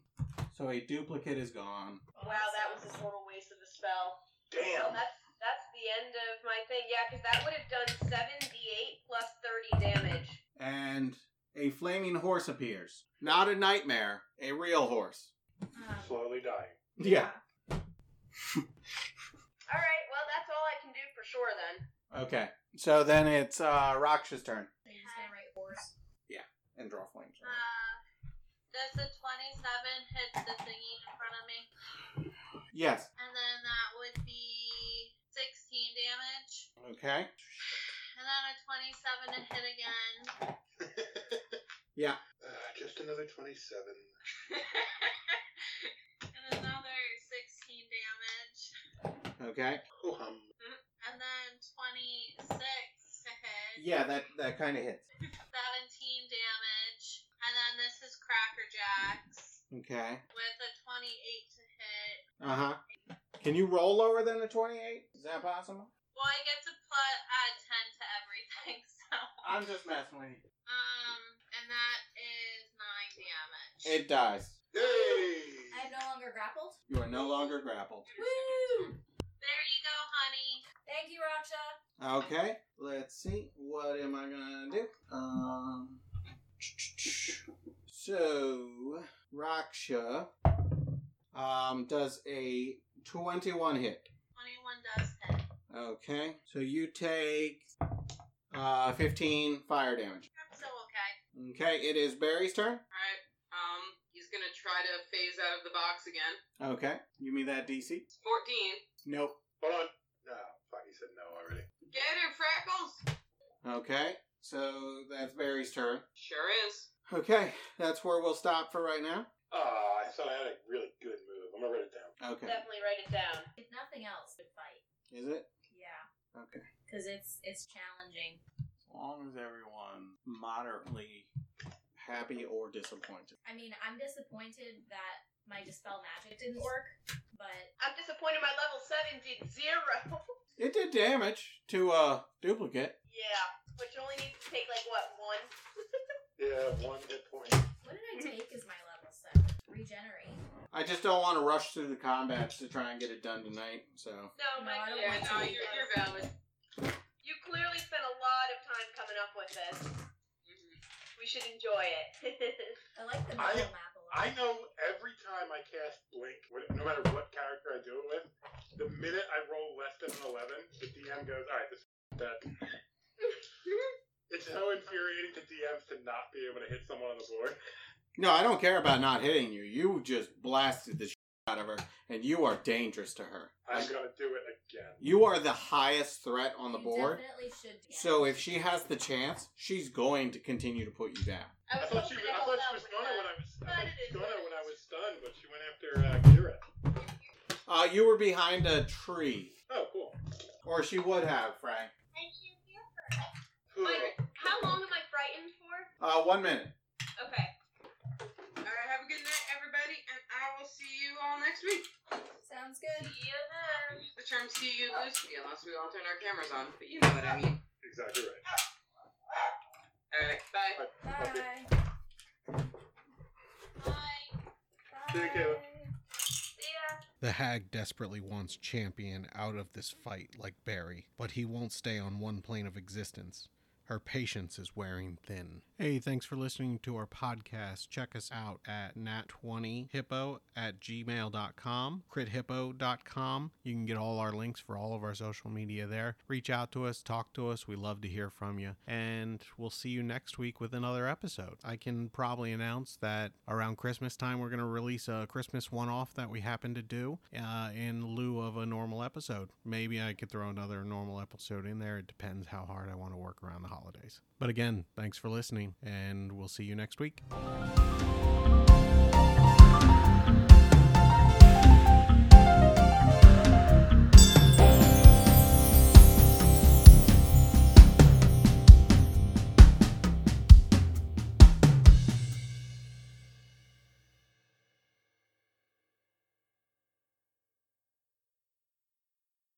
S1: So a duplicate is gone.
S4: Wow, that was a total waste of a spell. Well,
S3: Damn.
S4: that's that's the end of my thing. Yeah, because that would have done seven d8 plus thirty damage.
S1: And a flaming horse appears. Not a nightmare, a real horse.
S2: Um,
S3: Slowly dying.
S1: Yeah.
S4: All right. Well, that's all I can do for sure then.
S1: Okay. So then it's uh Raksha's turn.
S2: They're just gonna write horse.
S1: And draw flames.
S7: Uh, does the 27 hit the thingy in front of me?
S1: Yes.
S7: And then that would be 16 damage.
S1: Okay.
S7: And then a 27 to hit again.
S1: Yeah.
S3: Uh, just another 27.
S7: and another 16 damage.
S1: Okay.
S3: Oh, hum.
S7: And then 26 to hit.
S1: Yeah, that that kind of hits.
S7: 17 damage. And then this is Cracker Jacks
S1: Okay.
S7: with a 28 to hit.
S1: Uh huh. Can you roll lower than a 28? Is that possible?
S7: Well, I get to put add 10 to everything, so.
S1: I'm just messing with you.
S7: Um, and that is 9 damage.
S1: It dies.
S2: I am
S3: Yay!
S2: no longer grappled.
S1: You are no longer grappled.
S2: Woo!
S7: there you go, honey.
S2: Thank you, Raksha.
S1: Okay. Let's see. What am I gonna do? Um. So Raksha um does a twenty-one hit.
S7: 21 does hit.
S1: Okay. So you take uh fifteen fire damage.
S7: That's still okay.
S1: Okay. It is Barry's turn.
S6: Alright. Um, he's gonna try to phase out of the box again.
S1: Okay. You mean that DC?
S6: It's 14.
S1: Nope.
S3: Hold on. No, fuck, he said no already.
S6: Get her, Freckles!
S1: Okay. So that's Barry's turn.
S6: Sure is.
S1: Okay, that's where we'll stop for right now.
S3: Oh, I thought I had a really good move. I'm gonna write it down.
S1: Okay.
S4: Definitely write it down.
S2: If nothing else, would fight.
S1: Is it?
S2: Yeah,
S1: Okay.
S2: because it's it's challenging.
S1: As long as everyone moderately happy or disappointed.
S2: I mean, I'm disappointed that my dispel magic didn't work, but
S4: I'm disappointed. My level seven did zero.
S1: It did damage to a duplicate.
S4: yeah, which only needs to take like what one.
S3: Yeah, one hit point.
S2: what did I take as my level seven? Regenerate.
S1: I just don't want to rush through the combats to try and get it done tonight. So
S4: No,
S2: No,
S4: my
S2: I don't
S6: Yeah,
S2: want
S6: no,
S2: to.
S6: you're, you're valid.
S4: You clearly spent a lot of time coming up with this.
S6: Mhm.
S4: We should enjoy it.
S2: I like the
S3: I-
S2: battle map a lot.
S3: I know every time I cast Blink, wh- no matter what character I do it with, the minute I roll less than an 11, the DM goes, alright, this is dead. it's so infuriating to DMs to not be able to hit someone on the board.
S1: no, I don't care about not hitting you. You just blasted the shit out of her, and you are dangerous to her.
S3: I'm gonna do it again.
S1: You are the highest threat on the
S2: You
S1: board.
S2: Definitely should. do
S1: So
S2: that.
S1: if she has the chance, she's going to continue to put you down.
S7: I
S3: I
S7: was
S3: thought she,
S7: hoping to
S3: I
S7: help
S3: thought she
S7: out
S3: was
S7: with
S3: gonna when
S7: that.
S3: I was, I
S7: But
S3: thought
S7: it
S3: she was
S7: is
S3: gonna
S7: what it
S3: when I
S7: is.
S3: was stunned, but she went after uh, Kira.
S1: Uh, you were behind a tree.
S3: Oh, cool.
S1: Or Or she would have, Frank.
S4: Like, how long am I frightened for?
S1: Uh, one minute.
S4: Okay.
S6: All right, have a good night, everybody, and I will see you all next week.
S2: Sounds good.
S4: Yeah.
S6: The term "see you" loosely, unless we all turn our cameras on. But you know what I mean.
S3: Exactly right.
S6: All right, bye.
S2: Bye.
S7: Bye.
S3: See you,
S2: Bye.
S3: Caleb.
S4: See ya.
S8: The hag desperately wants Champion out of this fight like Barry, but he won't stay on one plane of existence. Her patience is wearing thin. Hey, thanks for listening to our podcast. Check us out at nat20hippo at gmail.com, crithippo.com. You can get all our links for all of our social media there. Reach out to us, talk to us. We love to hear from you. And we'll see you next week with another episode. I can probably announce that around Christmas time, we're going to release a Christmas one off that we happen to do uh, in lieu of a normal episode. Maybe I could throw another normal episode in there. It depends how hard I want to work around the holidays. But again, thanks for listening, and we'll see you next week.